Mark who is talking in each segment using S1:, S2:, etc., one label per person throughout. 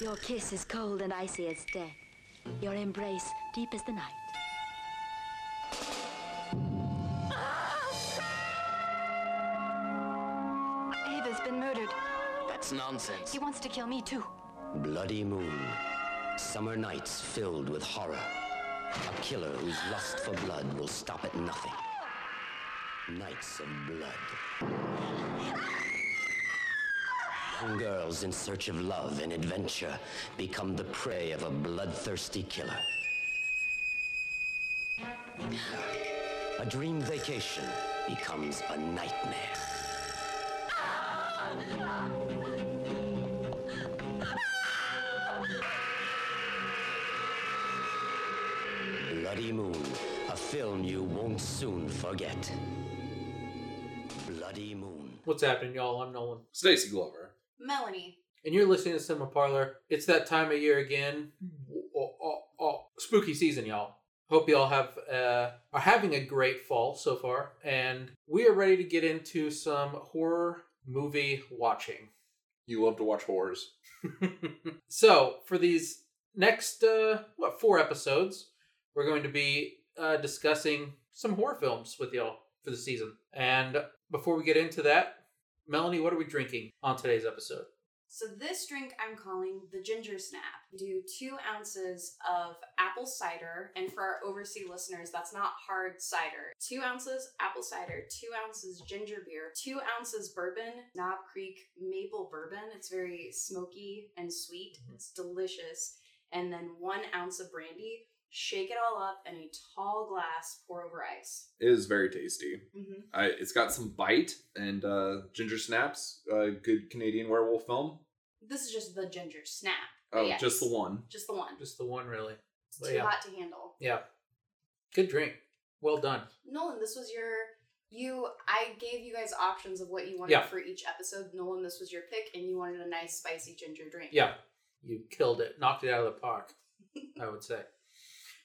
S1: Your kiss is cold and icy as death. Your embrace deep as the night.
S2: Ava's been murdered.
S3: That's nonsense.
S2: He wants to kill me, too.
S4: Bloody moon. Summer nights filled with horror. A killer whose lust for blood will stop at nothing. Nights of blood. Young girls in search of love and adventure become the prey of a bloodthirsty killer. A dream vacation becomes a nightmare. Bloody Moon, a film you won't soon forget. Bloody Moon.
S5: What's happening, y'all? I'm Nolan.
S6: Stacy Glover.
S7: Melanie.
S5: and you're listening to Cinema Parlor. It's that time of year again.
S6: Hmm.
S5: Oh, oh, oh, spooky season, y'all. Hope y'all have uh, are having a great fall so far, and we are ready to get into some horror movie watching.
S6: You love to watch horrors.
S5: so for these next uh, what four episodes, we're going to be uh, discussing some horror films with y'all for the season. And before we get into that, Melanie, what are we drinking on today's episode?
S7: So this drink I'm calling the ginger snap. Do two ounces of apple cider, and for our overseas listeners, that's not hard cider. Two ounces apple cider, two ounces ginger beer, two ounces bourbon, Knob Creek maple bourbon. It's very smoky and sweet. It's delicious. And then one ounce of brandy. Shake it all up in a tall glass. Pour over ice.
S6: It is very tasty.
S7: Mm-hmm.
S6: I, it's got some bite and uh, ginger snaps. A good Canadian werewolf film.
S7: This is just the ginger snap.
S6: Oh,
S7: But yes,
S6: just the one.
S7: Just the one.
S5: Just the one, really.
S7: It's
S5: But
S7: too
S5: yeah.
S7: hot to handle.
S5: Yeah. Good drink. Well done.
S7: Nolan, this was your you I gave you guys options of what you wanted
S5: Yeah.
S7: for each episode. Nolan, this was your pick and you wanted a nice spicy ginger drink.
S5: Yeah. You killed it. Knocked it out of the park, I would say.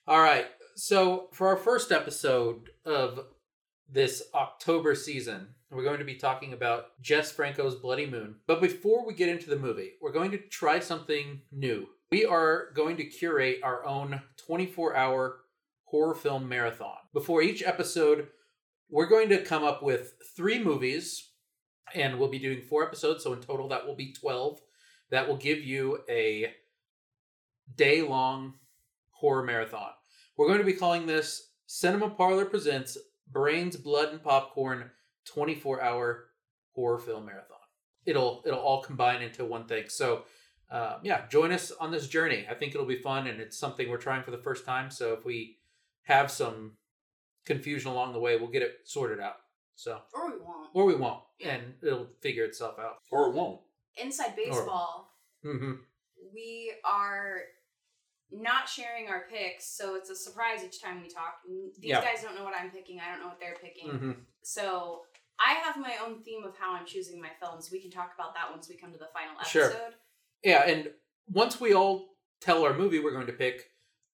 S5: All right. So, for our first episode of this October season, we're going to be talking about Jess Franco's Bloody Moon. But before we get into the movie, we're going to try something new. We are going to curate our own 24 hour horror film marathon. Before each episode, we're going to come up with three movies, and we'll be doing four episodes. So, in total, that will be 12 that will give you a day long horror marathon. We're going to be calling this Cinema Parlor Presents Brains, Blood, and Popcorn 24 hour horror film marathon. It'll it'll all combine into one thing. So uh, yeah, join us on this journey. I think it'll be fun, and it's something we're trying for the first time. So if we have some confusion along the way, we'll get it sorted out. So
S7: Or we won't.
S5: or we won't, and it'll figure itself out.
S6: Or it won't.
S7: Inside baseball,
S5: hmm
S7: we are not sharing our picks, so it's a surprise each time we talk. N- These
S5: Yeah.
S7: guys don't know what I'm picking, I don't know what they're picking.
S5: hmm
S7: So I have my own theme of how I'm choosing my films. We can talk about that once we come to the final
S5: Sure.
S7: episode.
S5: Yeah, and once we all tell our movie we're going to pick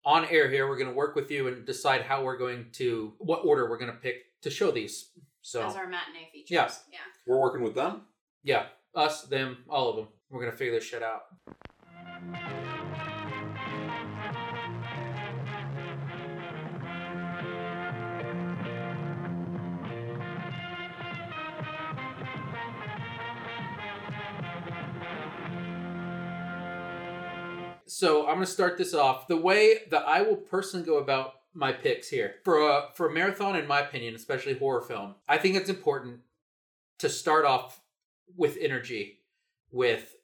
S5: on air here, we're going to work with you and decide how we're going to, what order we're going to pick to show these. So,
S7: As our matinee features.
S5: Yeah.
S7: yeah.
S6: We're working with them.
S5: yeah, us, them, all of them. We're going to figure this shit out. So I'm going to start this off. The way that I will personally go about my picks here for a, for a marathon, in my opinion, especially horror film, I think it's important to start off with energy, with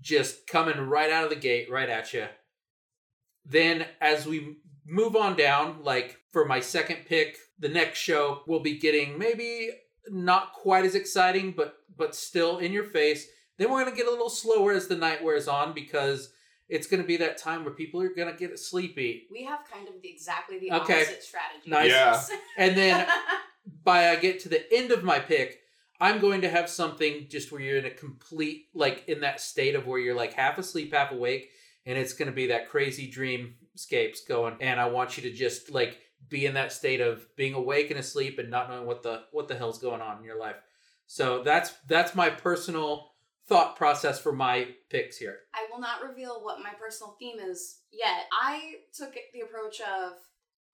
S5: just coming right out of the gate, right at you. Then as we move on down, like for my second pick, the next show we'll be getting maybe not quite as exciting, but but still in your face. Then we're gonna get a little slower as the night wears on because it's gonna be that time where people are gonna get sleepy.
S7: We have kind of the exactly the
S5: Okay.
S7: opposite strategy.
S5: Nice.
S6: Yeah.
S5: And then by I get to the end of my pick, I'm going to have something just where you're in a complete like in that state of where you're like half asleep, half awake, and it's going to be that crazy dreamscapes going. And I want you to just like be in that state of being awake and asleep and not knowing what the what the hell's going on in your life. So that's that's my personal thought process for my picks here.
S7: I will not reveal what my personal theme is yet. I took the approach of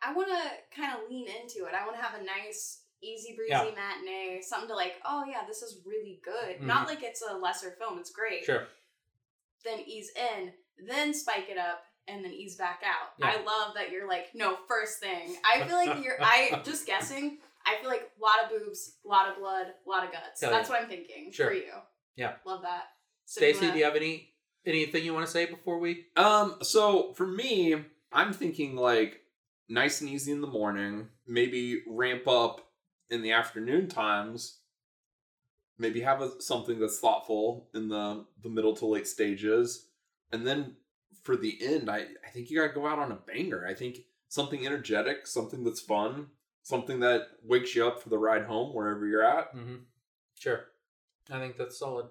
S7: I want to kind of lean into it. I want to have a nice, easy breezy
S5: Yeah.
S7: matinee, something to like, oh yeah, this is really good. Not like it's a lesser film, it's great.
S5: Mm-hmm. Sure.
S7: Then ease in, then spike it up, and then ease back out.
S5: Yeah.
S7: I love that you're like, no, first thing. I feel like you're, I just guessing, I feel like a lot of boobs, a lot of blood, a lot of guts.
S5: Hell
S7: That's
S5: yeah.
S7: what I'm thinking
S5: Sure.
S7: for you.
S5: Yeah.
S7: Love that. So you
S5: Stacy,
S7: wanna-
S5: do you have any anything you want to say before we?
S6: Um, so for me, I'm thinking like nice and easy in the morning, maybe ramp up in the afternoon times, maybe have a, something that's thoughtful in the the middle to late stages, and then for the end, I I think you gotta go out on a banger. I think something energetic, something that's fun, something that wakes you up for the ride home wherever you're at.
S5: Mm-hmm. Sure. I think that's solid,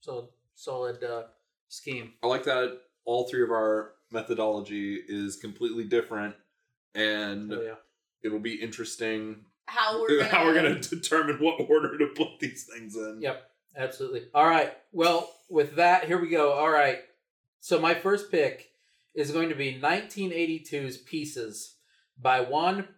S5: solid, solid uh, scheme.
S6: I like that all three of our methodology is completely different and uh,
S5: Oh, yeah.
S6: it'll be interesting
S7: how we're gonna,
S6: how we're gonna determine what order to put these things in.
S5: Yep, absolutely. All right. Well, with that, here we go. All right. So my first pick is going to be 1982's Pieces by Juan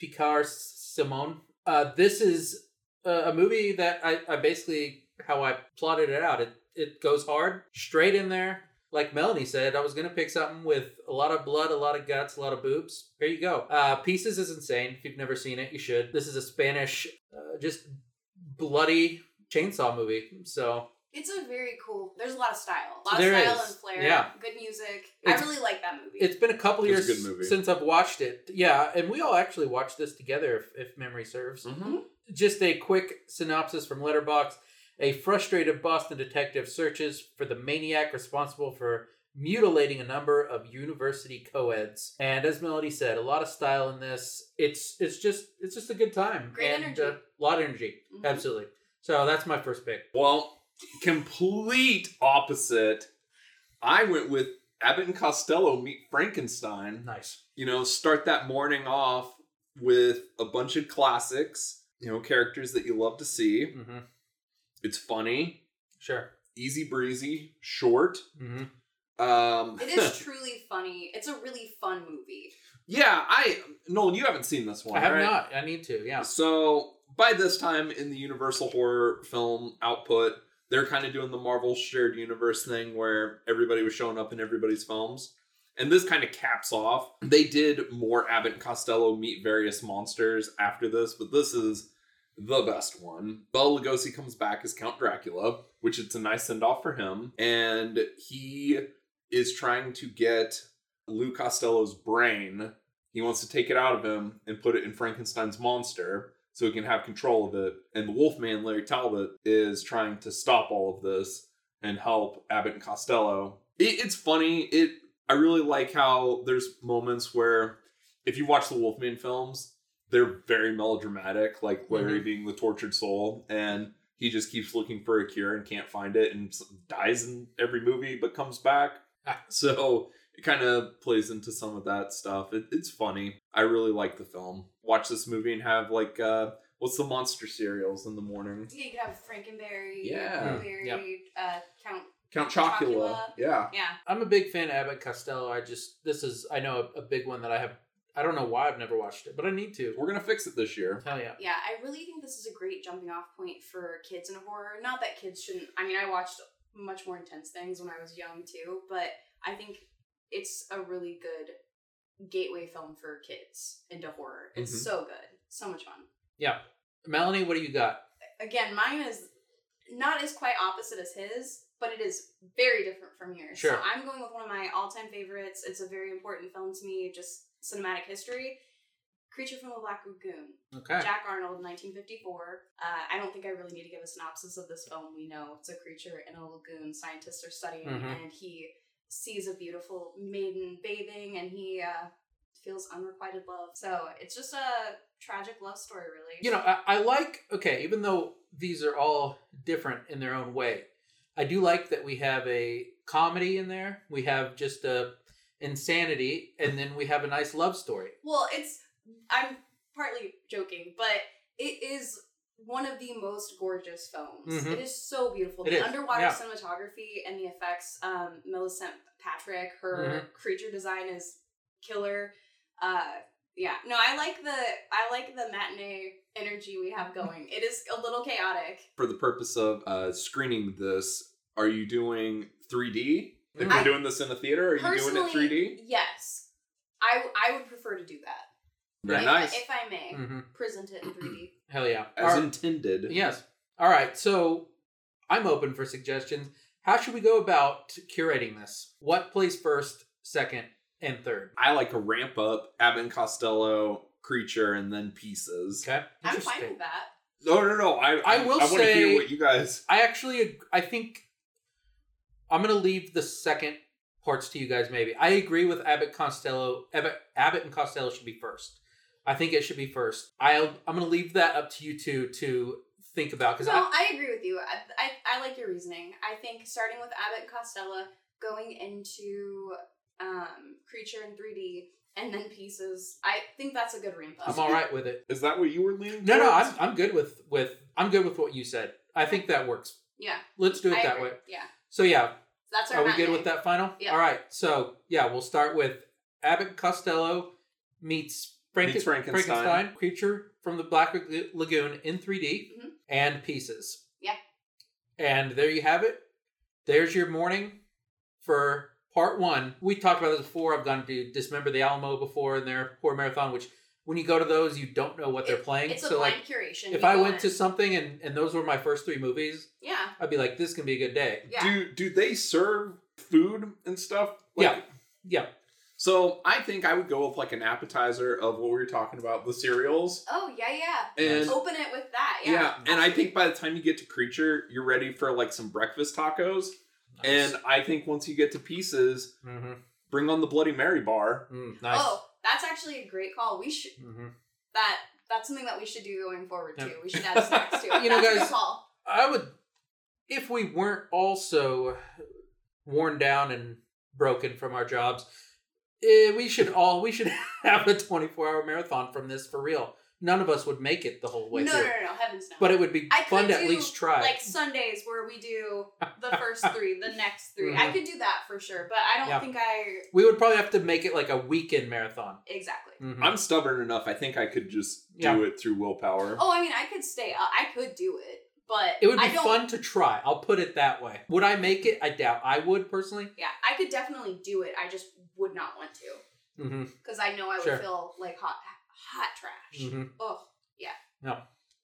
S5: Picard Simon. Uh, this is a, a movie that I, I basically how I plotted it out. It it goes hard, straight in there. Like Melanie said, I was gonna pick something with a lot of blood, a lot of guts, a lot of boobs. Here you go. Uh, Pieces is insane. If you've never seen it, you should. This is a Spanish, uh, just bloody chainsaw movie. So
S7: It's a very cool. There's a lot of style, a lot
S5: There
S7: of style
S5: is,
S7: and flair.
S5: yeah.
S7: good music.
S5: It's-
S7: I really like that movie.
S5: it's been a couple
S6: It's a
S5: years
S6: good movie.
S5: since I've watched it. Yeah, and we all actually watched this together, if, if memory serves.
S7: Mm-hmm.
S6: Mm-hmm.
S5: Just a quick synopsis from Letterbox: A frustrated Boston detective searches for the maniac responsible for mutilating a number of university co-eds. And as Melody said, a lot of style in this. It's it's just it's just a good time.
S7: Great
S5: and,
S7: energy.
S5: uh, a lot of energy.
S7: Mhm.
S5: Absolutely. So that's my first pick.
S6: Well, complete opposite. I went with Abbott and Costello meet Frankenstein.
S5: Nice.
S6: You know, start that morning off with a bunch of classics, you know, characters that you love to see.
S5: hmm
S6: It's funny,
S5: Sure.
S6: easy breezy, short.
S5: hmm
S6: Um
S7: It is truly funny. It's a really fun movie.
S6: Yeah, I Nolan, you haven't seen this one.
S5: I have
S6: right?
S5: not. I need to. Yeah.
S6: So by this time in the Universal horror film output, they're kind of doing the Marvel shared universe thing where everybody was showing up in everybody's films. And this kind of caps off. They did more Abbott and Costello meet various monsters after this, but this is the best one. Bela Lugosi comes back as Count Dracula, which it's a nice send off for him. And he is trying to get Lou Costello's brain he wants to take it out of him and put it in Frankenstein's monster so he can have control of it. And the Wolfman, Larry Talbot, is trying to stop all of this and help Abbott and Costello. It, it's funny. It I really like how there's moments where if you watch the Wolfman films, they're very melodramatic, like Larry being the tortured soul and he just keeps looking for a cure and can't find it and s- dies in every movie but comes back.
S5: Ah.
S6: So it kind of plays into some of that stuff. It, it's funny. I really like the film. Watch this movie and have like uh what's the monster cereals in the morning?
S7: Yeah, you could have Frankenberry,
S6: Yeah.
S7: Blueberry,
S5: Hmm.
S7: uh, Count.
S6: Count Chocula.
S7: Chocula.
S6: Yeah.
S7: Yeah,
S5: I'm a big fan of Abbott Costello. I just this is I know a, a big one that I have. I don't know why I've never watched it, but I need to.
S6: We're gonna fix it this year.
S5: Hell yeah.
S7: yeah. I really think this is a great jumping off point for kids in horror. Not that kids shouldn't. I mean, I watched much more intense things when I was young too, but I think it's a really good gateway film for kids into horror. It's
S5: Mm-hmm.
S6: Mhm.
S7: so good, so much fun.
S5: Yeah. Melanie, what do you got?
S7: again, mine is not as quite opposite as his, but it is very different from yours.
S5: Sure.
S7: So I'm going with one of my all-time favorites. It's a very important film to me, just cinematic history. Creature from the Black Lagoon,
S5: Okay.
S7: Jack Arnold, 1954. Uh, I don't think I really need to give a synopsis of this film. We know it's a creature in a lagoon. Scientists are studying,
S5: Mhm.
S7: and he sees a beautiful maiden bathing, and he uh, feels unrequited love. So it's just a tragic love story, really.
S5: You know, I, I like okay. Even though these are all different in their own way, I do like that we have a comedy in there. We have just a insanity, and then we have a nice love story.
S7: Well, it's I'm partly joking, but it is one of the most gorgeous films.
S5: Mhm.
S6: Mm-hmm.
S7: It is so beautiful.
S5: It
S7: the
S5: is,
S7: underwater
S5: yeah.
S7: cinematography and the effects. Um, Millicent Patrick, her
S6: Mm-hmm.
S7: creature design is killer. Uh, yeah, no, I like the I like the matinee energy we have going. It is a little chaotic.
S6: For the purpose of uh, screening this, are you doing 3D? If
S5: I-
S6: you're doing this in a theater, are you doing it 3D?
S7: Yes, I I would prefer to do that.
S6: Very
S7: if,
S6: nice. Mm.
S7: if I may
S5: hmm
S7: present it in 3D.
S5: Hell yeah.
S6: As
S5: All-
S6: intended.
S5: Yes. All right. So I'm open for suggestions. How should we go about curating this? What plays first, second, and third?
S6: I like a ramp up Abbott and Costello creature and then pieces.
S5: Okay.
S7: I'm fine with that.
S6: No, no, no. I I,
S5: I will
S6: I want to
S5: say-
S6: hear what you guys.
S5: I actually, ag- I think I'm going to leave the second parts to you guys. Maybe I agree with Abbott Costello. Abbott, Abbott and Costello should be first. I think it should be first. I'll, I'm going to leave that up to you two to think about because
S7: No, I, agree with you. I, I, I like your reasoning. I think starting with Abbott and Costello, going into um, Creature in 3D, and then Pieces, I think that's a good ramp up.
S5: I'm all right with it.
S6: Is that what you were leaning?
S5: No, no,
S6: towards?
S5: I'm, I'm good with with I'm good with what you said. I think that works.
S7: Yeah.
S5: Let's do it
S7: I
S5: that
S7: agree.
S5: way.
S7: Yeah.
S5: So yeah,
S7: So that's our
S5: Are we
S7: matinee.
S5: good with that final?
S7: Yeah.
S5: All right. So yeah, we'll start with Abbott Costello meets, Franken-
S6: Meets Frankenstein.
S5: Frankenstein, creature from the Black Lag- Lagoon in 3D,
S7: Mhm.
S5: and pieces.
S7: Yeah.
S5: And there you have it. There's your morning for part one. We talked about this before. I've gone to Dismember the Alamo before in their horror marathon, which when you go to those, you don't know what they're
S7: It-
S5: playing.
S7: It's a
S5: so
S7: blind
S5: like,
S7: curation.
S5: if
S7: You
S5: I
S7: go
S5: went
S7: in.
S5: to something and and those were my first three movies,
S7: Yeah.
S5: I'd be like, this can be a good day.
S7: Yeah.
S6: Do do they serve food and stuff?
S5: Yeah. Yeah.
S6: So I think I would go with like an appetizer of what we were talking about, the cereals.
S7: oh, yeah, yeah.
S6: And
S7: Open it with that.
S6: yeah.
S7: Oh, Yeah.
S6: and I think by the time you get to creature, you're ready for like some breakfast tacos. And I think once you get to pieces,
S5: hmm
S6: bring on the Bloody Mary bar.
S5: Mm, nice.
S7: Oh, that's actually a great call. We should
S5: Mhm.
S7: that that's something that we should do going forward too.
S5: Yeah.
S7: We should add snacks to it.
S5: You know,
S7: That's a good
S5: guys-
S7: call.
S5: I would, if we weren't also worn down and broken from our jobs, eh, we should all we should have a twenty four hour marathon from this for real. None of us would make it the whole
S7: No,
S5: way
S7: no,
S5: through,
S7: no, no, heavens no.
S5: but it would be
S7: I could
S5: fun to at
S7: do,
S5: least try.
S7: like Sundays where we do the first three, the next 3 I
S5: Mhm.
S7: could do that for sure, but I don't
S5: Yeah.
S7: think I
S5: we would probably have to make it like a weekend marathon.
S7: exactly.
S5: Mhm.
S6: I'm stubborn enough. I think I could just
S5: Yeah.
S6: do it through willpower.
S7: Oh, I mean, I could stay. up. I could do it, but
S5: It would be
S7: I don't,
S5: fun to try. I'll put it that way. Would I make it? I doubt I would personally.
S7: Yeah, I could definitely do it. I just would not want to
S5: Mm-hmm.
S7: because I know I would
S5: Sure.
S7: feel like hot, hot trash.
S5: Mm-hmm.
S7: Oh,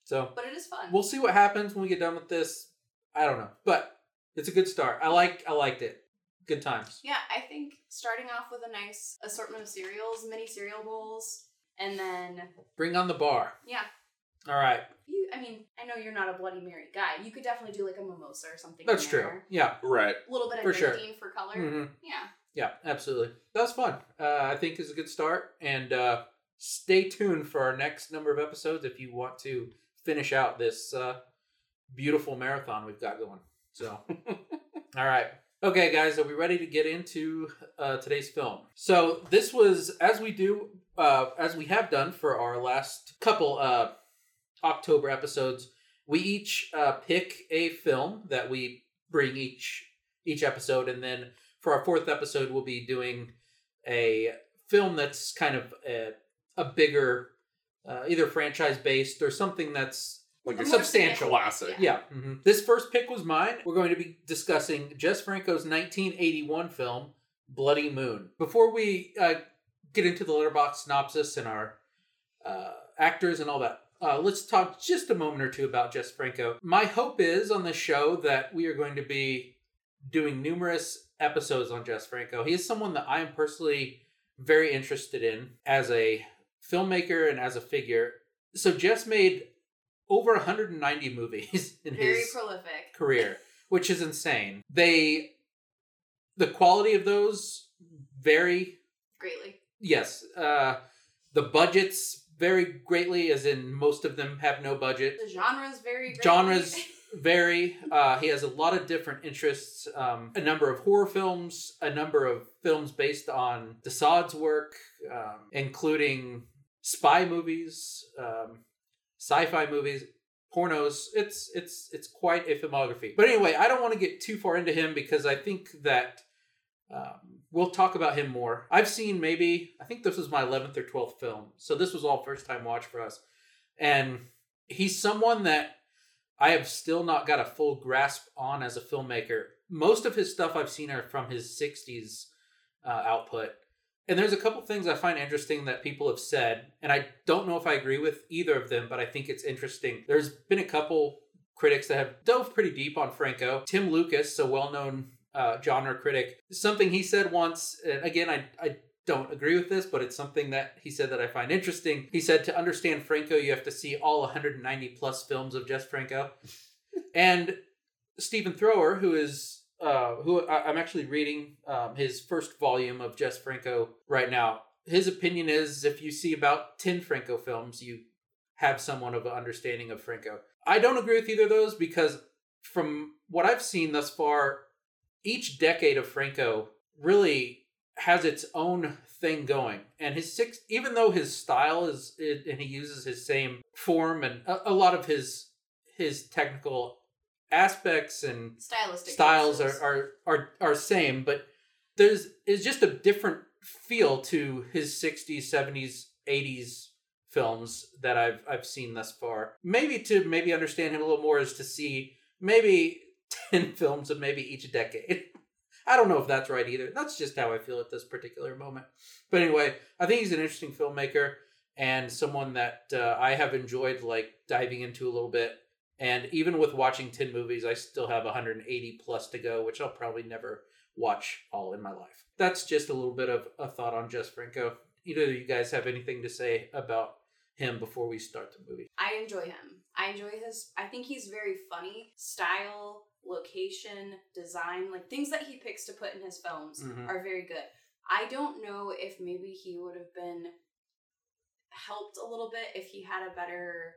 S5: So
S7: but it is fun.
S5: we'll see what happens when we get done with this. I don't know, but it's a good start. I like I liked it. Good times.
S7: Yeah, I think starting off with a nice assortment of cereals, mini cereal bowls, and then
S5: Bring on the bar.
S7: yeah,
S5: All right,
S7: you. I mean, I know you're not a Bloody Mary guy. You could definitely do like a mimosa or something.
S5: that's
S7: in
S5: true.
S7: there.
S5: Yeah,
S6: Right.
S7: A little bit of
S5: For sure.
S7: nicotine for color.
S5: Mhm.
S7: Yeah.
S5: yeah, absolutely. That was fun. Uh, I think is a good start, and uh, stay tuned for our next number of episodes if you want to finish out this uh, beautiful marathon we've got going. So, all right. Okay, guys, are we ready to get into uh, today's film? So this was, as we do, uh, as we have done for our last couple uh, October episodes, we each uh, pick a film that we bring each each episode, and then for our fourth episode, we'll be doing a film that's kind of a, a bigger, uh, either franchise based or something that's
S6: Like
S7: A
S6: a
S7: more
S5: Substantial.
S6: classic.
S7: Yeah.
S5: yeah. mhm. This first pick was mine. We're going to be discussing Jess Franco's 1981 film, Bloody Moon. Before we uh, get into the letterbox synopsis and our uh, actors and all that, uh, let's talk just a moment or two about Jess Franco. My hope is on this show that we are going to be doing numerous episodes on Jess Franco. He is someone that I am personally very interested in as a filmmaker and as a figure. So Jess made over 190 movies in
S7: Very
S5: his
S7: prolific.
S5: career, which is insane. They the quality of those vary
S7: Greatly.
S5: yes uh the budgets vary greatly as in most of them have no budget
S7: The genres very greatly.
S5: genres vary uh he has a lot of different interests um a number of horror films a number of films based on Dassault's work um including spy movies um sci-fi movies pornos. It's it's it's quite a filmography. But anyway, I don't want to get too far into him because I think that um, we'll talk about him more. I've seen maybe I think this was my eleventh or twelfth film, so this was all first time watch for us. And he's someone that I have still not got a full grasp on as a filmmaker. Most of his stuff I've seen are from his '60s uh, output. And there's a couple things I find interesting that people have said, and I don't know if I agree with either of them, but I think it's interesting. There's been a couple critics that have dove pretty deep on Franco. Tim Lucas, a well known uh, genre critic, something he said once, and again, I, I don't agree with this, but it's something that he said that I find interesting. He said, To understand Franco, you have to see all 190 plus films of Jess Franco. and Stephen Thrower, who is uh, who I, I'm actually reading um, his first volume of Jess Franco right now. His opinion is if you see about 10 Franco films, you have somewhat of an understanding of Franco. I don't agree with either of those because, from what I've seen thus far, each decade of Franco really has its own thing going. And his six, even though his style is, and he uses his same form and a, a lot of his his technical aspects and
S7: Stylistic
S5: styles are,
S7: differences.
S5: are are are same, but there's is just a different feel to his '60s, '70s, '80s films that I've I've seen thus far. Maybe to maybe understand him a little more is to see maybe ten films of maybe each decade. I don't know if that's right either. That's just how I feel at this particular moment. But anyway, I think he's an interesting filmmaker and someone that uh, I have enjoyed like diving into a little bit. And even with watching 10 movies, I still have 180 plus to go, which I'll probably never watch all in my life. That's just a little bit of a thought on Jess Franco. Either of you guys have anything to say about him before we start the movie?
S7: I enjoy him. I enjoy his. I think he's very funny. Style, location, design, like things that he picks to put in his films
S5: Mhm.
S7: are very good. I don't know if maybe he would have been helped a little bit if he had a better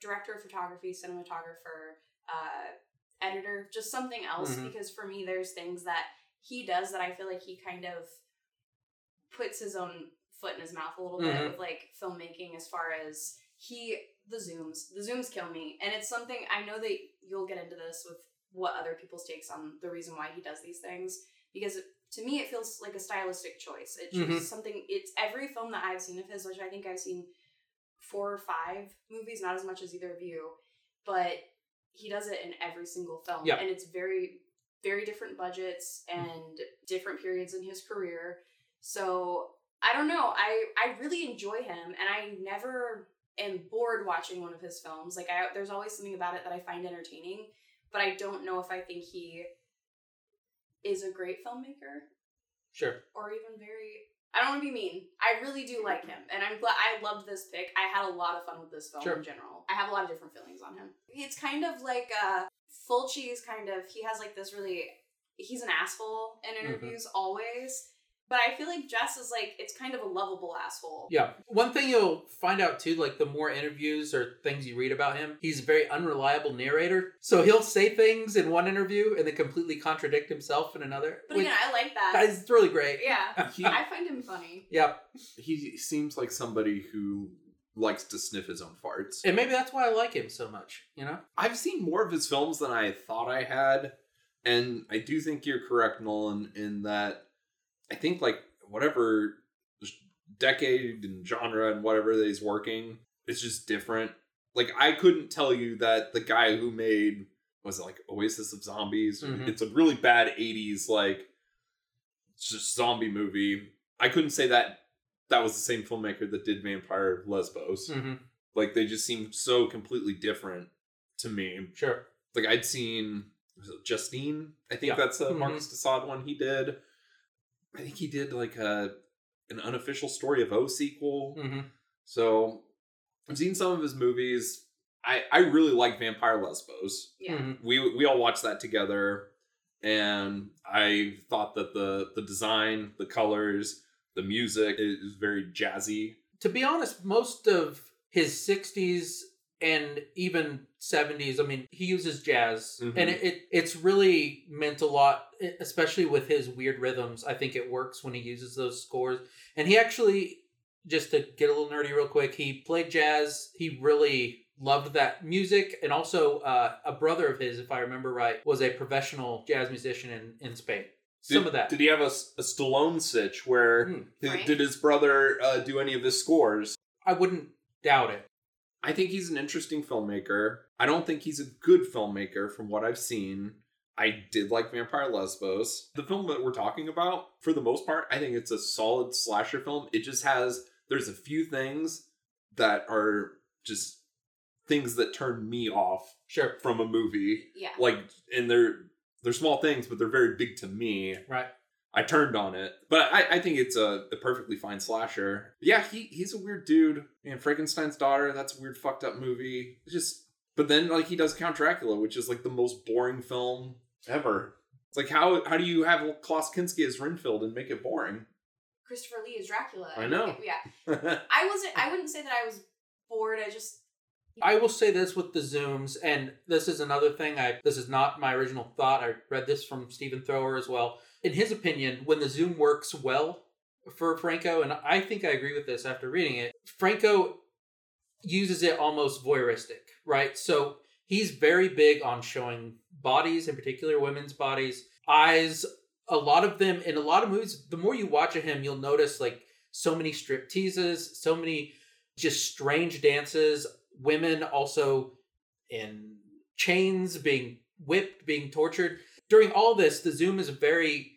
S7: director of photography, cinematographer, uh, editor, just something else.
S5: Mhm.
S7: Because for me, there's things that he does that I feel like he kind of puts his own foot in his mouth a little
S5: Mhm.
S7: bit with like filmmaking as far as he the zooms the zooms kill me and it's something i know that you'll get into this with what other people's takes on the reason why he does these things because to me it feels like a stylistic choice it's
S5: Mhm.
S7: just something it's every film that i've seen of his which i think i've seen four or five movies not as much as either of you but he does it in every single film
S5: Yeah.
S7: and it's very very different budgets and different periods in his career so i don't know i i really enjoy him and i never am bored watching one of his films like i there's always something about it that i find entertaining but i don't know if i think he is a great filmmaker
S5: Sure.
S7: or even very i don't want to be mean i really do like him and i'm glad i loved this pick i had a lot of fun with this film
S5: Sure.
S7: in general i have a lot of different feelings on him it's kind of like uh fulci is kind of he has like this really he's an asshole in interviews always but i feel like jess is like it's kind of a lovable asshole
S5: Yeah. One thing you'll find out too, like the more interviews or things you read about him, he's a very unreliable narrator. So he'll say things in one interview and then completely contradict himself in another.
S7: but again i like that
S5: that is really great.
S7: yeah
S6: He,
S7: i find him funny
S5: Yeah.
S6: he seems like somebody who likes to sniff his own farts.
S5: And maybe that's why I like him so much, you know?
S6: I've seen more of his films than I thought I had, and I do think you're correct, Nolan, in that I think like whatever decade and genre and whatever that he's working, it's just different. Like I couldn't tell you that the guy who made was it like Oasis of Zombies.
S5: Mhm.
S6: It's a really bad '80s like it's just zombie movie. I couldn't say that that was the same filmmaker that did Vampire of Lesbos.
S5: Mm-hmm.
S6: Like they just seemed so completely different to me.
S5: Sure.
S6: Like I'd seen was it Justine. I think
S5: Yeah.
S6: that's a
S5: Mhm.
S6: Marcus Desaad one he did. I think he did like a an unofficial story of O sequel.
S5: Mm-hmm.
S6: So I've seen some of his movies. I I really like Vampire Lesbos.
S5: Hmm.
S7: yeah
S5: Mm-hmm.
S6: We we all watched that together, and I thought that the the design, the colors, the music is very jazzy.
S5: To be honest, most of his 60s and even 70s, I mean, he uses jazz
S6: Mhm.
S5: and it, it it's really meant a lot, e, especially with his weird rhythms. I think it works when he uses those scores. And he actually, just to get a little nerdy real quick, he played jazz. He really loved that music. And also, uh, a brother of his, if I remember right, was a professional jazz musician in, in Spain. Some
S6: Did-
S5: of that.
S6: Did he have a, s- a Stallone sitch where
S5: Hmm.
S6: did,
S7: Right.
S6: did his brother uh, do any of his scores?
S5: I wouldn't doubt it.
S6: I think he's an interesting filmmaker. I don't think he's a good filmmaker from what I've seen. I did like Vampire Lesbos. The film that we're talking about, for the most part, I think it's a solid slasher film. It just has, there's a few things that are just things that turn me off
S5: Sure.
S6: from a movie.
S7: Yeah.
S6: Like, and they're, they're small things, but they're very big to me.
S5: Right.
S6: I turned on it, but I, I think it's a, a perfectly fine slasher. Yeah, he he's a weird dude. And Frankenstein's daughter, that's a weird fucked up movie. It's just, but then like he does Count Dracula, which is like the most boring film ever. It's like how how do you have Klaus Kinski as Renfield and make it boring?
S7: Christopher Lee is Dracula.
S6: I know.
S7: Yeah.
S6: yeah,
S7: I wasn't. I wouldn't say that I was bored. I just
S5: I will say this with the zooms, and this is another thing. I this is not my original thought. I read this from Stephen Thrower as well. In his opinion, when the zoom works well for Franco, and I think I agree with this after reading it, Franco uses it almost voyeuristic, right? So he's very big on showing bodies, in particular women's bodies, eyes. A lot of them in a lot of movies. The more you watch of him, you'll notice like so many strip teases, so many just strange dances women also in chains being whipped being tortured during all this the zoom is very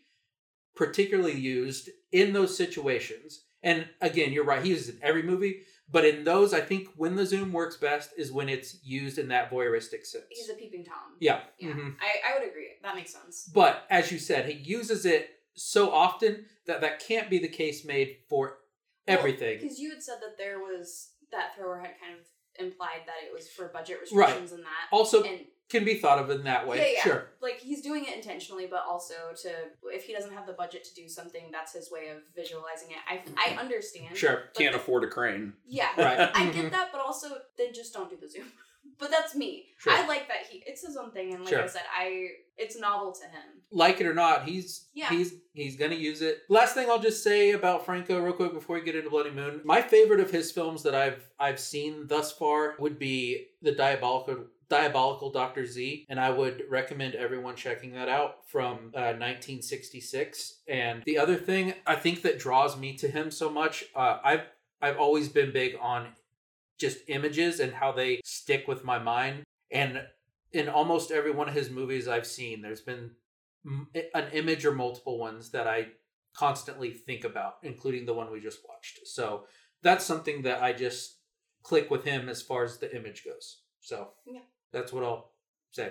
S5: particularly used in those situations and again you're right he uses it in every movie but in those i think when the zoom works best is when it's used in that voyeuristic sense
S7: he's a peeping tom.
S5: yeah,
S7: Yeah.
S5: mhm.
S7: I, I would agree. That makes sense.
S5: but as you said he uses it so often that that can't be the case made for everything
S7: Because you had said that there was that thrower had kind of implied that it was for budget
S5: Right.
S7: restrictions and that.
S5: also
S7: and
S5: can be thought of in that way
S7: Yeah, yeah.
S5: sure
S7: like he's doing it intentionally, but also to if he doesn't have the budget to do something, that's his way of visualizing it. I I understand.
S5: sure
S7: but
S6: can't
S7: the-
S6: afford a crane.
S7: Yeah.
S5: right
S7: I
S5: mhm.
S7: get that, but also then just don't do the Zoom. But that's me.
S5: Sure.
S7: I like that he it's his own thing, and like I
S5: Sure.
S7: said, I it's novel to him.
S5: like it or not, he's
S7: Yeah.
S5: he's he's gonna use it. Last thing I'll just say about Franco real quick before we get into Bloody Moon. My favorite of his films that I've I've seen thus far would be the diabolical diabolical Doctor Z, and I would recommend everyone checking that out from uh, 1966. And the other thing I think that draws me to him so much, uh, I've I've always been big on just images and how they stick with my mind. And in almost every one of his movies I've seen, there's been m- an image or multiple ones that I constantly think about, including the one we just watched. So that's something that I just click with him as far as the image goes. So
S7: Yeah.
S5: that's what I'll say.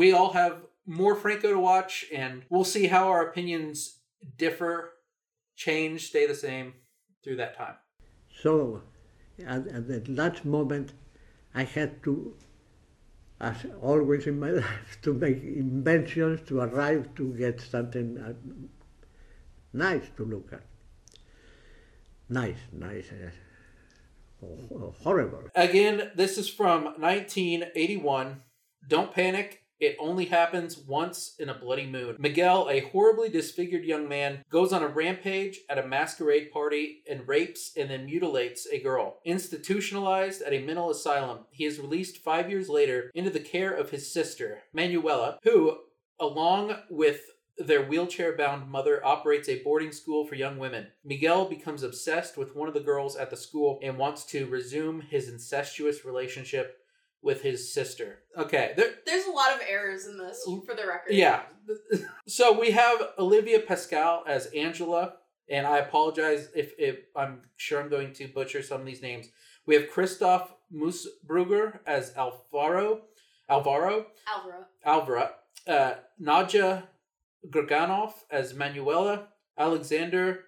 S5: We all have more Franco to watch, and we'll see how our opinions differ, change, stay the same through that time.
S3: So at, at that last moment, I had to, as always in my life, to make inventions to arrive to get something uh, nice to look at. Nice, nice, uh, ho- ho- horrible.
S5: Again, this is from 1981. Don't panic. It only happens once in a bloody moon. Miguel, a horribly disfigured young man, goes on a rampage at a masquerade party and rapes and then mutilates a girl. Institutionalized at a mental asylum, he is released five years later into the care of his sister, Manuela, who, along with their wheelchair bound mother operates a boarding school for young women. Miguel becomes obsessed with one of the girls at the school and wants to resume his incestuous relationship with his sister. Okay, there,
S7: There's a lot of errors in this, for the record.
S5: yeah. So we have Olivia Pascal as Angela, and I apologize if, if I'm sure I'm going to butcher some of these names. We have Christoph Musbrugger as Alvaro, Alvaro,
S7: Alvaro.
S5: Alvara, uh, Nadja Gorganov as Manuela, Alexander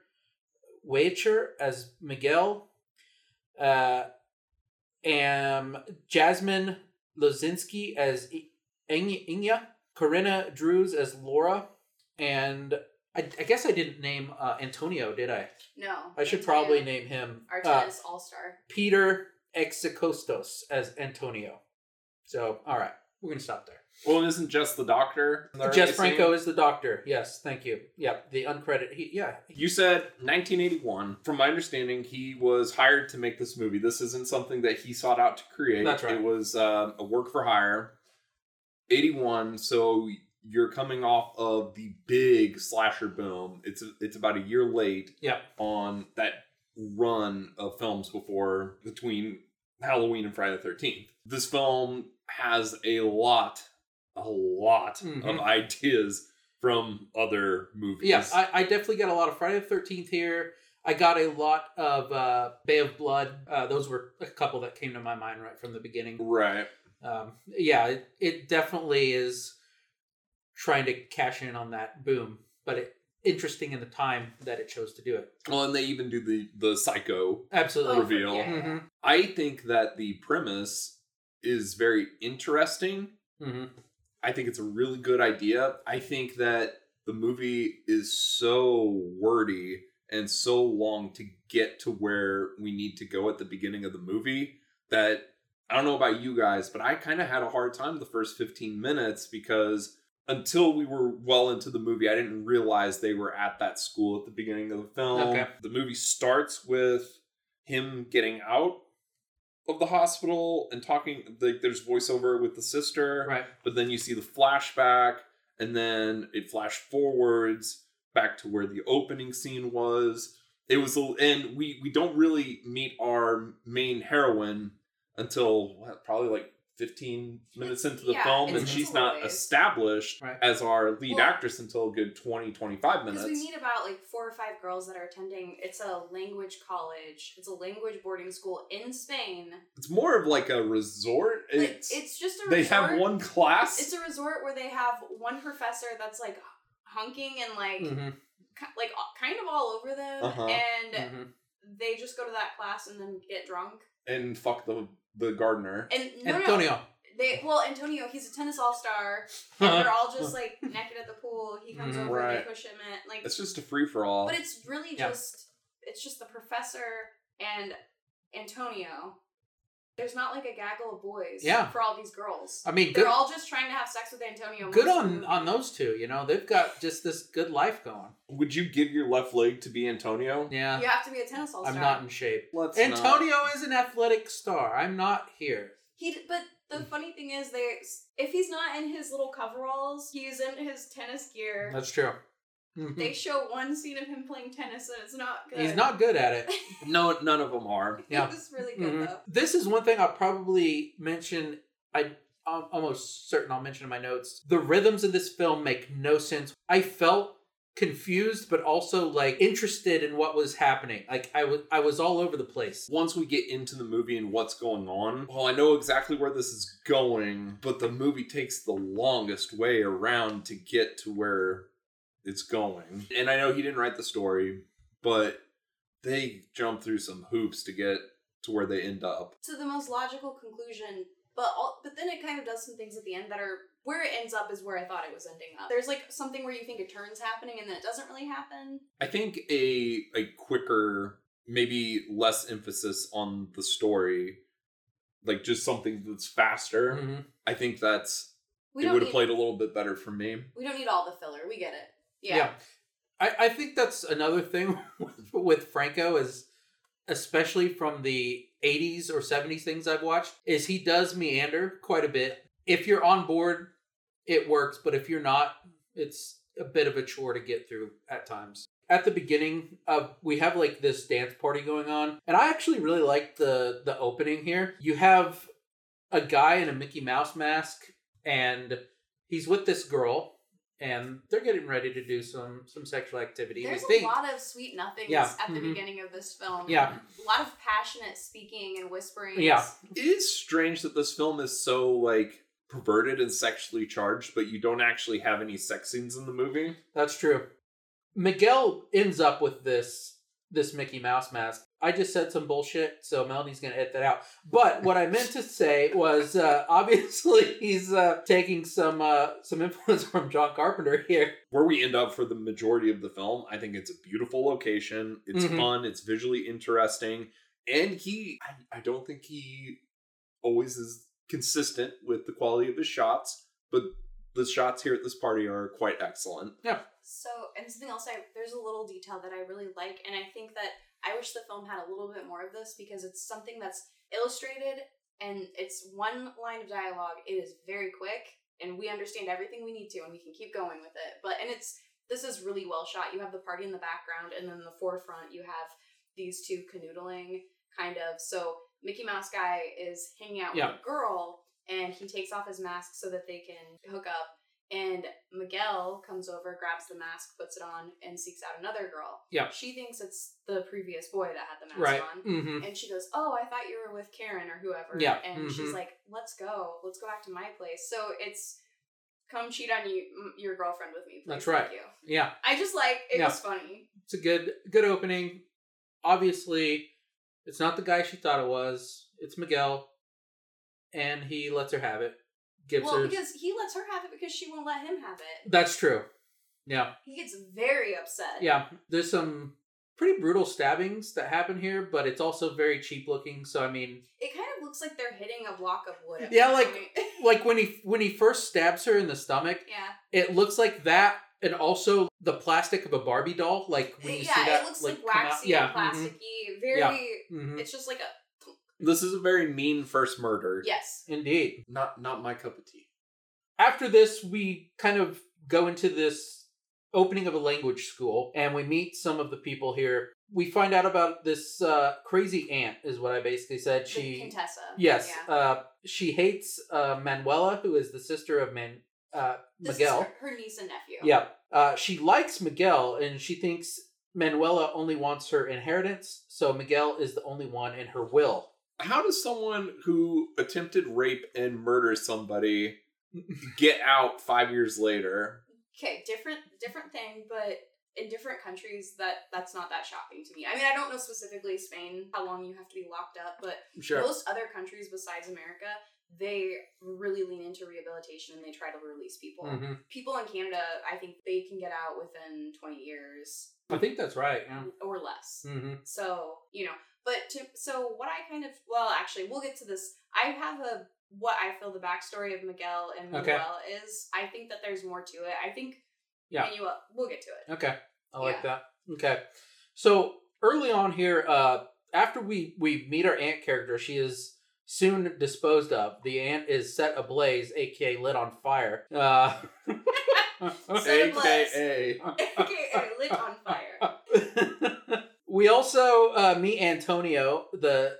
S5: Wacher as Miguel, uh, and Jasmine Lozinski as I- Ing- Inya, Corinna Drews as Laura, and I, I guess I didn't name uh, Antonio, did I?
S7: No.
S5: I should
S7: Antonio,
S5: probably name him
S7: our
S5: uh,
S7: tennis all star.
S5: Peter Exicostos as Antonio. So, all right, we're going to stop there.
S6: Well, it isn't just the doctor. in the
S5: Jess
S6: early
S5: Franco
S6: scene.
S5: is the doctor. Yes, thank you. Yep, the uncredited. He, yeah,
S6: You said 1981. From my understanding, he was hired to make this movie. This isn't something that he sought out to create.
S5: That's right.
S6: It was um a work for hire. 81. So you're coming off of the big slasher boom. It's it's about a year late
S5: yeah.
S6: on that run of films before between Halloween and Friday the 13th. This film has a lot, a lot
S5: Mhm.
S6: of ideas from other movies.
S5: Yes, I, I definitely got a lot of Friday the Thirteenth here. I got a lot of uh, Bay of Blood. Uh, those were a couple that came to my mind right from the beginning.
S6: right.
S5: Um, yeah, it, it definitely is trying to cash in on that boom, but it, interesting in the time that it chose to do it.
S6: Well, and they even do the the psycho.
S5: Absolutely.
S6: Reveal.
S7: yeah.
S5: Mhm,
S6: I think that the premise is very interesting.
S5: mhm.
S6: I think it's a really good idea. I think that the movie is so wordy and so long to get to where we need to go at the beginning of the movie that I don't know about you guys, but I kind of had a hard time the first 15 minutes because until we were well into the movie, I didn't realize they were at that school at the beginning of the film.
S5: Okay.
S6: The movie starts with him getting out of the hospital and talking like there's voiceover with the sister
S5: Right.
S6: but then you see the flashback and then it flash forwards back to where the opening scene was it was a- and we we don't really meet our main heroine until what, probably like 15 minutes into the
S7: Yeah,
S6: film
S7: it's-
S6: and
S7: it's
S6: she's
S7: a
S6: not
S7: little ways.
S6: established
S5: Right.
S6: as our lead
S7: Well-
S6: actress until a good 20 25 minutes
S7: Because we meet about like four or five girls that are attending. It's a language college. It's a language boarding school in Spain.
S6: it's more of like a resort
S7: Like,
S6: it's,
S7: it's, just a
S6: they
S7: resort.
S6: have one class
S7: It's a resort where they have one professor that's like hunking and like
S5: Mhm,
S7: ki- like all- kind of all over them,
S6: Hmm. Uh-huh.
S7: and
S5: mhm.
S7: they just go to that class and then get drunk.
S6: and fuck the the gardener
S7: And no, no,
S5: Antonio.
S7: they well Antonio, he's a tennis all star, and they're all just like naked at the pool. He comes
S5: Mhm.
S7: over,
S6: Mm, Right.
S7: they push him in, like.
S6: it's just a free for all
S7: But it's really
S5: Oh, Yeah.
S7: just it's just the professor and Antonio. There's not like a gaggle of boys
S5: Yeah.
S7: for all these girls.
S5: I mean,
S7: They're
S5: good,
S7: all just trying to have sex with Antonio.
S5: good
S7: most of the
S5: on
S7: movie.
S5: on those two. You know, they've got just this good life going.
S6: Would you give your left leg to be Antonio?
S5: Yeah,
S7: You have to be a tennis all star.
S5: I'm not in shape.
S6: Let's not.
S5: Antonio is an athletic star. I'm not here.
S7: He d- but the
S5: Mm.
S7: funny thing is they if he's not in his little coveralls, he's in his tennis gear.
S5: That's true. Mm-hmm.
S7: They show one scene of him playing tennis and it's not good.
S5: He's not good at it.
S6: No, none of them are.
S5: yeah.
S7: It was really good
S5: Mhm.
S7: though.
S5: This is one thing I'll probably mention. I, I'm almost certain I'll mention in my notes. The rhythms in this film make no sense. I felt confused, but also like interested in what was happening. Like I was, I was all over the place.
S6: Once we get into the movie and what's going on, well, I know exactly where this is going, but the movie takes the longest way around to get to where it's going. And I know he didn't write the story, but they jump through some hoops to get to where they end up.
S7: to the most logical conclusion, but all, but then it kind of does some things at the end that are where it ends up is where I thought it was ending up. There's like something where you think a turn's happening and then it doesn't really happen.
S6: I think a a quicker, maybe less emphasis on the story, like just something that's faster.
S5: Mhm.
S6: I think that's
S7: We
S6: it
S7: don't
S6: would have
S7: need,
S6: played a little bit better for me.
S7: We don't need all the filler. We get it. Yeah.
S5: I, I think that's another thing with, with Franco is especially from the 80s or 70s things I've watched is he does meander quite a bit. If you're on board, it works, but if you're not, it's a bit of a chore to get through at times. At the beginning of we have like this dance party going on, and I actually really like the the opening here. You have a guy in a Mickey Mouse mask and he's with this girl and they're getting ready to do some some sexual activity. We
S7: There's a
S5: think-
S7: lot of sweet nothings
S5: Yeah.
S7: at the
S6: Mm-hmm.
S5: Mhm.
S7: beginning of this film.
S5: Yeah.
S7: A lot of passionate speaking and whispering.
S5: Yeah.
S6: It is strange that this film is so like perverted and sexually charged, but you don't actually have any sex scenes in the movie.
S5: That's true. Miguel ends up with this this Mickey Mouse mask. I just said some bullshit, so Melanie's gonna edit that out. But what I meant to say was, uh, obviously, he's uh, taking some uh, some influence from John Carpenter here.
S6: Where we end up for the majority of the film, I think it's a beautiful location. It's
S7: Mm-hmm.
S5: Mhm.
S6: fun. It's visually interesting, and he, I, I don't think he always is consistent with the quality of his shots. but the shots here at this party are quite excellent.
S7: So, and something else, I there's a little detail that I really like, and I think that I wish the film had a little bit more of this because it's something that's illustrated and it's one line of dialogue. It is very quick, and we understand everything we need to, and we can keep going with it. But and it's this is really well shot. You have the party in the background, and then in the forefront you have these two canoodling, kind of. So Mickey Mouse guy is hanging out with
S5: Yeah.
S7: a girl, and he takes off his mask so that they can hook up. And Miguel comes over, grabs the mask, puts it on, and seeks out another girl.
S5: Yeah.
S7: She thinks it's the previous boy that had the mask
S5: right.
S7: on.
S5: hmm
S7: And she goes, Oh, I thought you were with Karen or whoever.
S5: Yeah,
S7: And she's
S5: mhm.
S7: like, Let's go. Let's go back to my place. So it's come cheat on you, m- your girlfriend with me, please.
S5: That's
S7: Thank
S5: right.
S7: you.
S5: Yeah,
S7: I just like, it
S5: Yeah.
S7: was funny.
S5: it's a good good opening. Obviously, it's not the guy she thought it was. It's Miguel, and he lets her have it. Gives
S7: well,
S5: her.
S7: because he lets her have it because she won't let him have it.
S5: That's true. Yeah,
S7: He gets very upset.
S5: yeah. There's some pretty brutal stabbings that happen here, but it's also very cheap looking. So I mean,
S7: It kind of looks like they're hitting a block of wood. at
S5: Yeah,
S7: one
S5: like-
S7: point.
S5: like when he when he first stabs her in the stomach,
S7: yeah.
S5: it looks like that, and also the plastic of a Barbie doll. Like when you
S7: yeah,
S5: see that,
S7: it looks
S5: like,
S7: like,
S5: come out-
S7: waxy
S5: Yeah, Mm-hmm.
S7: and plasticky. Very.
S5: mhm, mhm.
S7: It's just like a
S6: This is a very mean first murder.
S7: yes.
S5: indeed.
S6: Not not my cup of tea.
S5: after this, we kind of go into this opening of a language school and we meet some of the people here. We find out about this uh, crazy aunt, is what I basically said.
S7: the
S5: She,
S7: Contessa.
S5: yes,
S7: Yeah.
S5: uh, she hates uh, Manuela, who is the sister of Man, uh,
S7: This
S5: Miguel.
S7: Is her, her niece and nephew.
S5: Yeah. Uh, she likes Miguel and she thinks Manuela only wants her inheritance, so Miguel is the only one in her will.
S6: How does someone who attempted rape and murder somebody get out five years later?
S7: Okay, different different thing, but in different countries that that's not that shocking to me. I mean, I don't know specifically Spain how long you have to be locked up, but most other countries besides America, they really lean into rehabilitation and they try to release people.
S5: Mhm.
S7: People in Canada, I think they can get out within 20 years
S5: I think that's right. Yeah.
S7: or less.
S5: hmm
S7: So, you know, but to, so what I kind of, well, actually, we'll get to this. I have a, what I feel the backstory of Miguel and Manuel
S5: Okay.
S7: is. I think that there's more to it. I think,
S5: Yeah.
S7: Manuel, we'll get to it.
S5: Okay. I like
S7: Yeah.
S5: that. Okay. So early on here, uh, after we, we meet our aunt character, she is soon disposed of. The aunt is set ablaze, aka lit on fire. Uh,
S7: Set ablaze.
S6: AKA.
S7: okay, lit on fire.
S5: we also uh, meet Antonio, the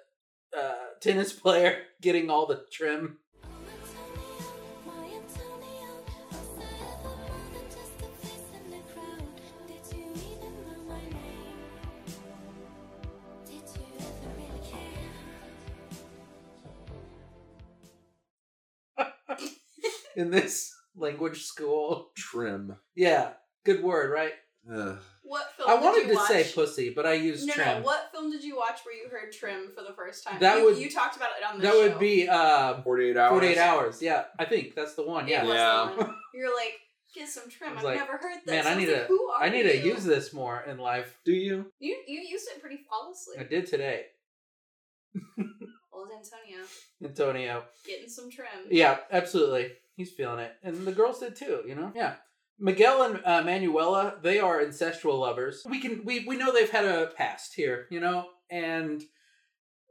S5: uh, tennis player, getting all the trim. in this language school.
S6: Trim.
S5: Yeah, good word, right?
S6: Ugh.
S7: What film?
S5: I
S7: Oh, did
S5: wanted
S7: you
S5: to
S7: watch?
S5: say pussy, but I used
S7: No,
S5: trim.
S7: no. What film did you watch where you heard trim for the first time?
S5: That
S7: you,
S5: would-
S7: you talked about it on the
S5: that
S7: show.
S5: would be uh,
S6: 48 hours.
S5: 48 hours. Yeah, I think that's the one.
S7: It
S5: Yeah.
S7: was
S6: Yeah.
S7: the one. You're like, get some
S5: I
S7: trim.
S5: was
S7: I've
S5: like,
S7: never heard this.
S5: man, I
S7: was
S5: need
S7: like,
S5: to-
S7: Who are
S5: I need to
S7: you?
S5: use this more in life.
S6: Do you?
S7: You you used it pretty flawlessly.
S5: I did today,
S7: Old Antonio
S5: Antonio.
S7: getting some trim.
S5: Yeah, absolutely. He's feeling it. And the girls did too, you know? Yeah. Miguel and uh, Manuela, they are incestual lovers. We can we we know they've had a past here, you know? And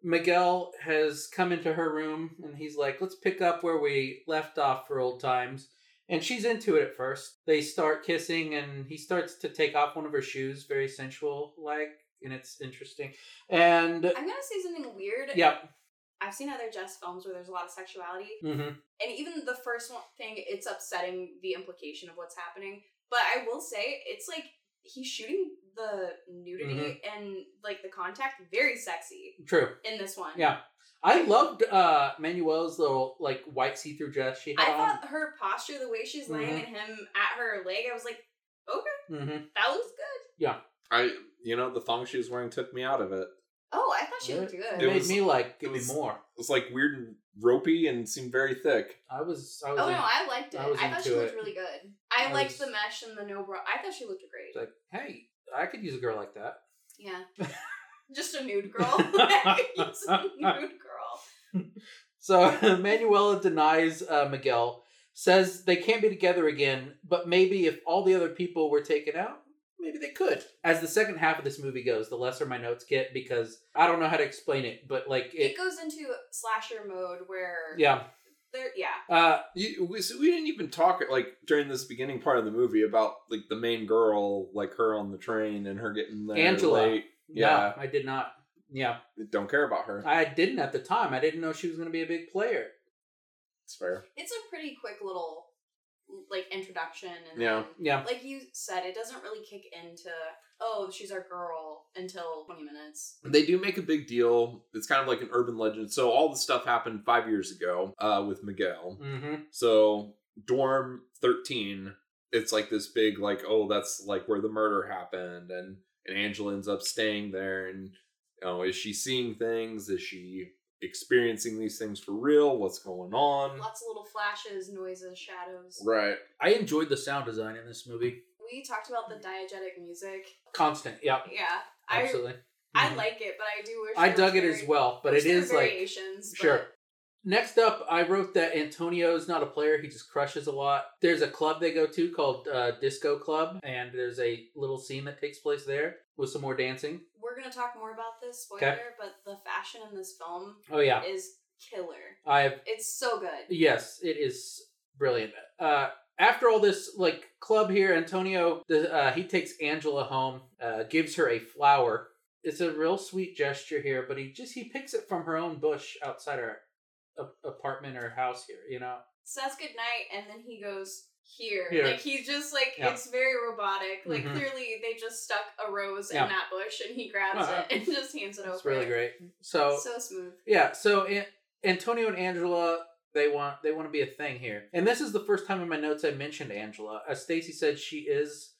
S5: Miguel has come into her room and he's like, "Let's pick up where we left off for old times." And she's into it at first. They start kissing and he starts to take off one of her shoes, very sensual like, and it's interesting. And
S7: I'm gonna say something weird.
S5: yeah.
S7: I've seen other Jess films where there's a lot of sexuality,
S5: Mhm.
S7: and even the first one thing, it's upsetting the implication of what's happening. But I will say, it's like he's shooting the nudity
S5: Mm-hmm.
S7: and like the contact very sexy
S5: True.
S7: in this one.
S5: Yeah. I loved uh Manuel's little like white see-through dress she had
S7: I
S5: on.
S7: thought her posture, the way she's laying
S5: Mhm.
S7: and him at her leg, I was like,
S5: hmm
S7: that looks good.
S6: I, you know, the thong she was wearing took me out of it.
S7: Oh, I thought she looked
S5: It,
S7: good.
S5: made
S6: was-
S5: me like give
S6: it
S5: me
S6: was-
S5: more.
S6: It was like weird and ropey and seemed very thick.
S5: I was I was
S7: Oh
S5: in-
S7: no, I liked it.
S5: I
S7: I,
S5: was
S7: thought she
S5: into
S7: looked
S5: it.
S7: really good. I,
S5: I
S7: liked
S5: was-
S7: the mesh and the no bra. I thought she looked great.
S5: like, hey, I could use a girl like that.
S7: Yeah. Just a nude girl. It's a nude girl.
S5: So Manuela denies uh, Miguel. says they can't be together again, but maybe if all the other people were taken out, maybe they could. As the second half of this movie goes, the lesser my notes get because I don't know how to explain it, but like
S7: It,
S5: it,
S7: goes into slasher mode where
S5: yeah.
S7: there yeah.
S5: Uh,
S6: You, we, so we didn't even talk like during this beginning part of the movie about like the main girl, like her on the train and her getting there
S5: Angela.
S6: late.
S5: yeah,
S6: Yeah.
S5: I did not. Yeah,
S6: Don't care about her.
S5: I didn't at the time. I didn't know she was going to be a big player.
S6: It's fair.
S7: It's a pretty quick little like introduction and
S6: Yeah.
S7: then
S5: Yeah,
S7: like you said, it doesn't really kick into oh she's our girl until twenty minutes.
S6: They do make a big deal. It's kind of like an urban legend. So all the stuff happened five years ago uh, with Miguel.
S7: Mm-hmm.
S5: hmm
S6: So dorm thirteen, it's like this big like oh that's like where the murder happened and and Angela ends up staying there and you know is she seeing things? Is she experiencing these things for real? What's going
S5: Mm.
S6: on?
S7: Lots of little flashes, noises, shadows.
S6: Right.
S5: I enjoyed the sound design in this movie.
S7: We talked about the diegetic music.
S5: Constant, yeah,
S7: Yeah, I
S5: Uh, absolutely.
S7: I
S5: Mhm.
S7: like it, but I do wish
S5: I
S7: there
S5: dug
S7: was
S5: it as
S7: vari-
S5: well, but
S7: wish
S5: it
S7: there were
S5: is like
S7: variations. but
S5: Sure. Next up, I wrote that Antonio's not a player. He just crushes a lot. There's a club they go to called uh, Disco Club, and there's a little scene that takes place there with some more dancing.
S7: We're gonna talk more about this spoiler, but the fashion in this film
S5: Oh, yeah.
S7: is killer.
S5: I've,
S7: It's so good.
S5: yes, it is brilliant. Uh, after all this, like, club here, Antonio, the, uh, he takes Angela home, uh, gives her a flower. It's a real sweet gesture here, but he just, he picks it from her own bush outside her a- apartment or house here, you know?
S7: Says good night, and then he goes here.
S5: Here.
S7: Like he's just like
S5: Yeah.
S7: it's very robotic. Like
S5: Mhm.
S7: clearly they just stuck a rose
S5: Yeah.
S7: in that bush, and he grabs
S5: Uh-huh.
S7: it and just hands it over.
S5: It's really great. Oh. So,
S7: So smooth.
S5: Yeah, so An- Antonio and Angela they want they want to be a thing here. And this is the first time in my notes I mentioned Angela. As Stacy said she is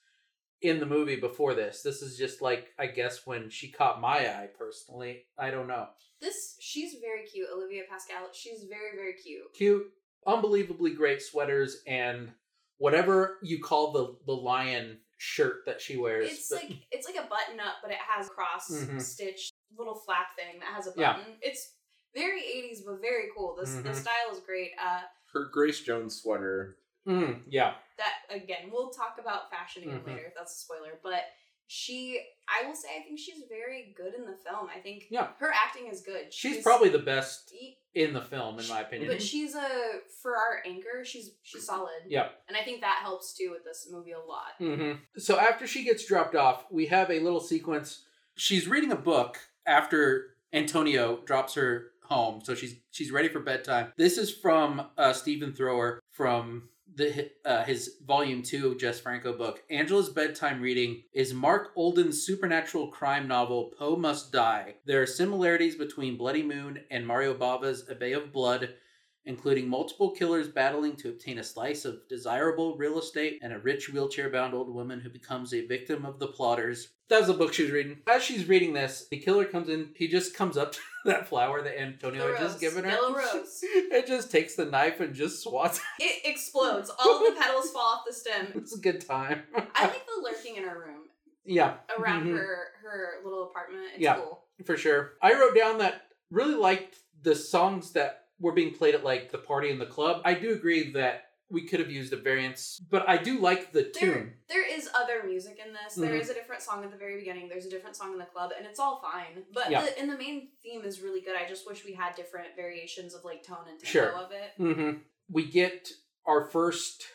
S5: in the movie before this. This is just like I guess when she caught my eye personally. I don't know.
S7: This she's very cute, Olivia Pascal. She's very very cute.
S5: Cute, unbelievably great sweaters and whatever you call the the lion shirt that she wears.
S7: It's
S5: but-
S7: like it's like a button up, but it has cross
S5: Mhm.
S7: stitch little flap thing that has a
S5: Yeah.
S7: button. It's very eighties, but very cool. This the
S5: Mhm.
S7: style is great. Uh,
S6: Her Grace Jones sweater.
S5: Mm, yeah.
S7: that again, we'll talk about fashion again
S5: Mhm.
S7: later. If that's a spoiler, but she, I will say, I think she's very good in the film. I think
S5: Yeah.
S7: her acting is good.
S5: She's probably the best
S7: e-
S5: in the film in my opinion.
S7: But she's a for our anchor. She's she's solid.
S5: Yeah.
S7: and I think that helps too with this movie a lot.
S5: hmm So after she gets dropped off, we have a little sequence. She's reading a book after Antonio drops her home, so she's she's ready for bedtime. This is from uh, Stephen Thrower from the uh, his volume two of Jess Franco book. Angela's bedtime reading is Mark Olden's supernatural crime novel Poe Must Die. There are similarities between Bloody Moon and Mario Bava's A Bay of Blood, including multiple killers battling to obtain a slice of desirable real estate and a rich wheelchair bound old woman who becomes a victim of the plotters. That's the book she's reading. As she's reading this, the killer comes in. He just comes up to that flower that Antonio
S7: The
S5: had just
S7: rose,
S5: given her.
S7: yellow rose.
S5: it just takes the knife and just swats.
S7: It explodes. All the petals fall off the stem.
S5: it's a good time.
S7: I like the lurking in her room
S5: yeah,
S7: around
S5: Mhm.
S7: her her little apartment. It's
S5: Yeah.
S7: cool.
S5: for sure. I wrote down that really liked the songs that were being played at like the party in the club. I do agree that we could have used a variance, but I do like the tune.
S7: There, there is other music in this. There
S5: Mhm.
S7: is a different song at the very beginning. There's a different song in the club, and it's all fine. But
S5: Yeah.
S7: the, and the main theme is really good. I just wish we had different variations of like tone and tempo
S5: Sure.
S7: of it.
S5: Mm-hmm. We get our first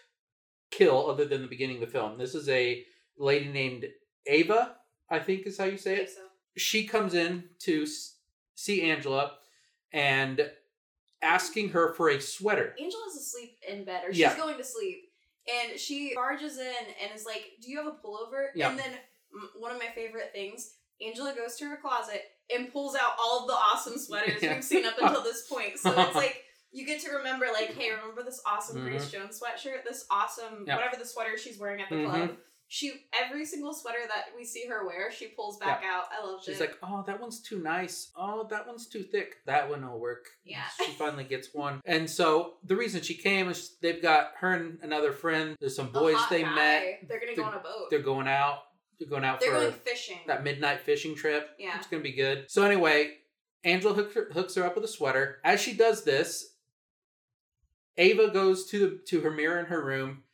S5: kill other than the beginning of the film. This is a lady named Ava, I think is how you say
S7: Okay,
S5: it.
S7: so
S5: She comes in to s- see Angela and asking her for a sweater.
S7: Angela's asleep in bed, or she's
S5: Yeah.
S7: going to sleep, and she barges in and is like, "Do you have a pullover?"
S5: Yeah.
S7: And then m- one of my favorite things. Angela goes to her closet and pulls out all of the awesome sweaters
S5: Yeah.
S7: we've seen up until this point. So it's like you get to remember, like, hey, remember this awesome Grace Jones sweatshirt? This awesome
S5: Mm-hmm. Yeah. Mm-hmm.
S7: whatever the sweater she's wearing at the club. She every single sweater that we see her wear, she pulls back out. I love
S5: She's
S7: it.
S5: like, "Oh, that one's too nice. Oh, that one's too thick. That one will work."
S7: Yeah.
S5: She finally gets one, and so the reason she came is they've got her and another friend. There's some
S7: The
S5: boys
S7: hot
S5: they
S7: guy,
S5: met.
S7: They're gonna go on a boat.
S5: They're going out. They're going out
S7: They're
S5: for
S7: going fishing.
S5: that midnight fishing trip.
S7: Yeah.
S5: It's going to be good. So, anyway, Angela hooks her, hooks her up with a sweater. As she does this, Ava goes to the, to her mirror in her room,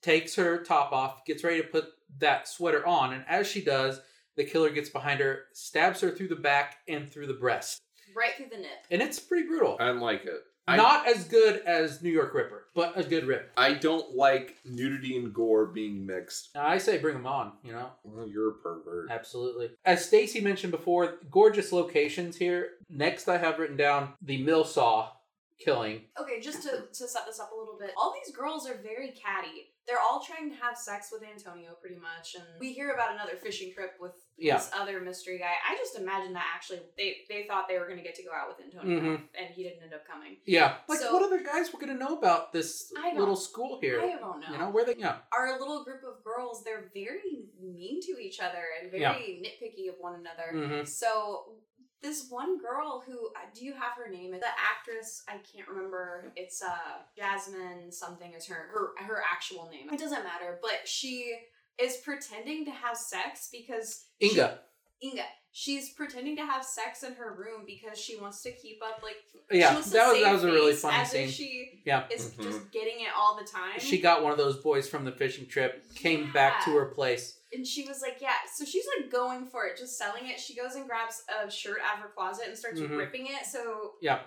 S5: takes her top off, gets ready to put that sweater on, and as she does, the killer gets behind her, stabs her through the back and through the breast,
S7: Right through the nip.
S5: and it's pretty brutal.
S6: I don't like it. Uh, I,
S5: Not as good as New York Ripper, but a good rip.
S6: I don't like nudity and gore being mixed.
S5: Now, I say bring them on. You know,
S6: Well, you're a pervert.
S5: Absolutely. As Stacy mentioned before, gorgeous locations here. Next, I have written down the mill saw killing.
S7: Okay, just to, to set this up a little bit, all these girls are very catty. They're all trying to have sex with Antonio pretty much, and we hear about another fishing trip with
S5: Yeah.
S7: this other mystery guy. I just imagine that actually they, they thought they were gonna get to go out with Antonio,
S5: Mhm.
S7: and he didn't end up coming.
S5: Yeah. Like,
S7: So-
S5: what other guys were going to know about this
S7: I don't-
S5: little school here?
S7: I don't know.
S5: You know, where they, yeah.
S7: Our little group of girls, they're very mean to each other and very
S5: Yeah.
S7: nitpicky of one another.
S5: hmm
S7: So this one girl who uh, do you have her name? The actress I can't remember. It's uh Jasmine something is her her her actual name. It doesn't matter, but she is pretending to have sex because she-
S5: Inga.
S7: Inga. She's pretending to have sex in her room because she wants to keep up like she
S5: Yeah.
S7: wants to
S5: That was,
S7: save
S5: that was a really
S7: face
S5: funny
S7: as
S5: scene.
S7: If she
S5: yeah.
S7: is
S6: Mhm.
S7: just getting it all the time.
S5: She got one of those boys from the fishing trip, came back to
S7: Yeah.
S5: her place.
S7: And she was like, yeah. So she's like going for it, just selling it. She goes and grabs a shirt out of her closet and starts
S5: Mhm.
S7: ripping it. So
S5: Yeah.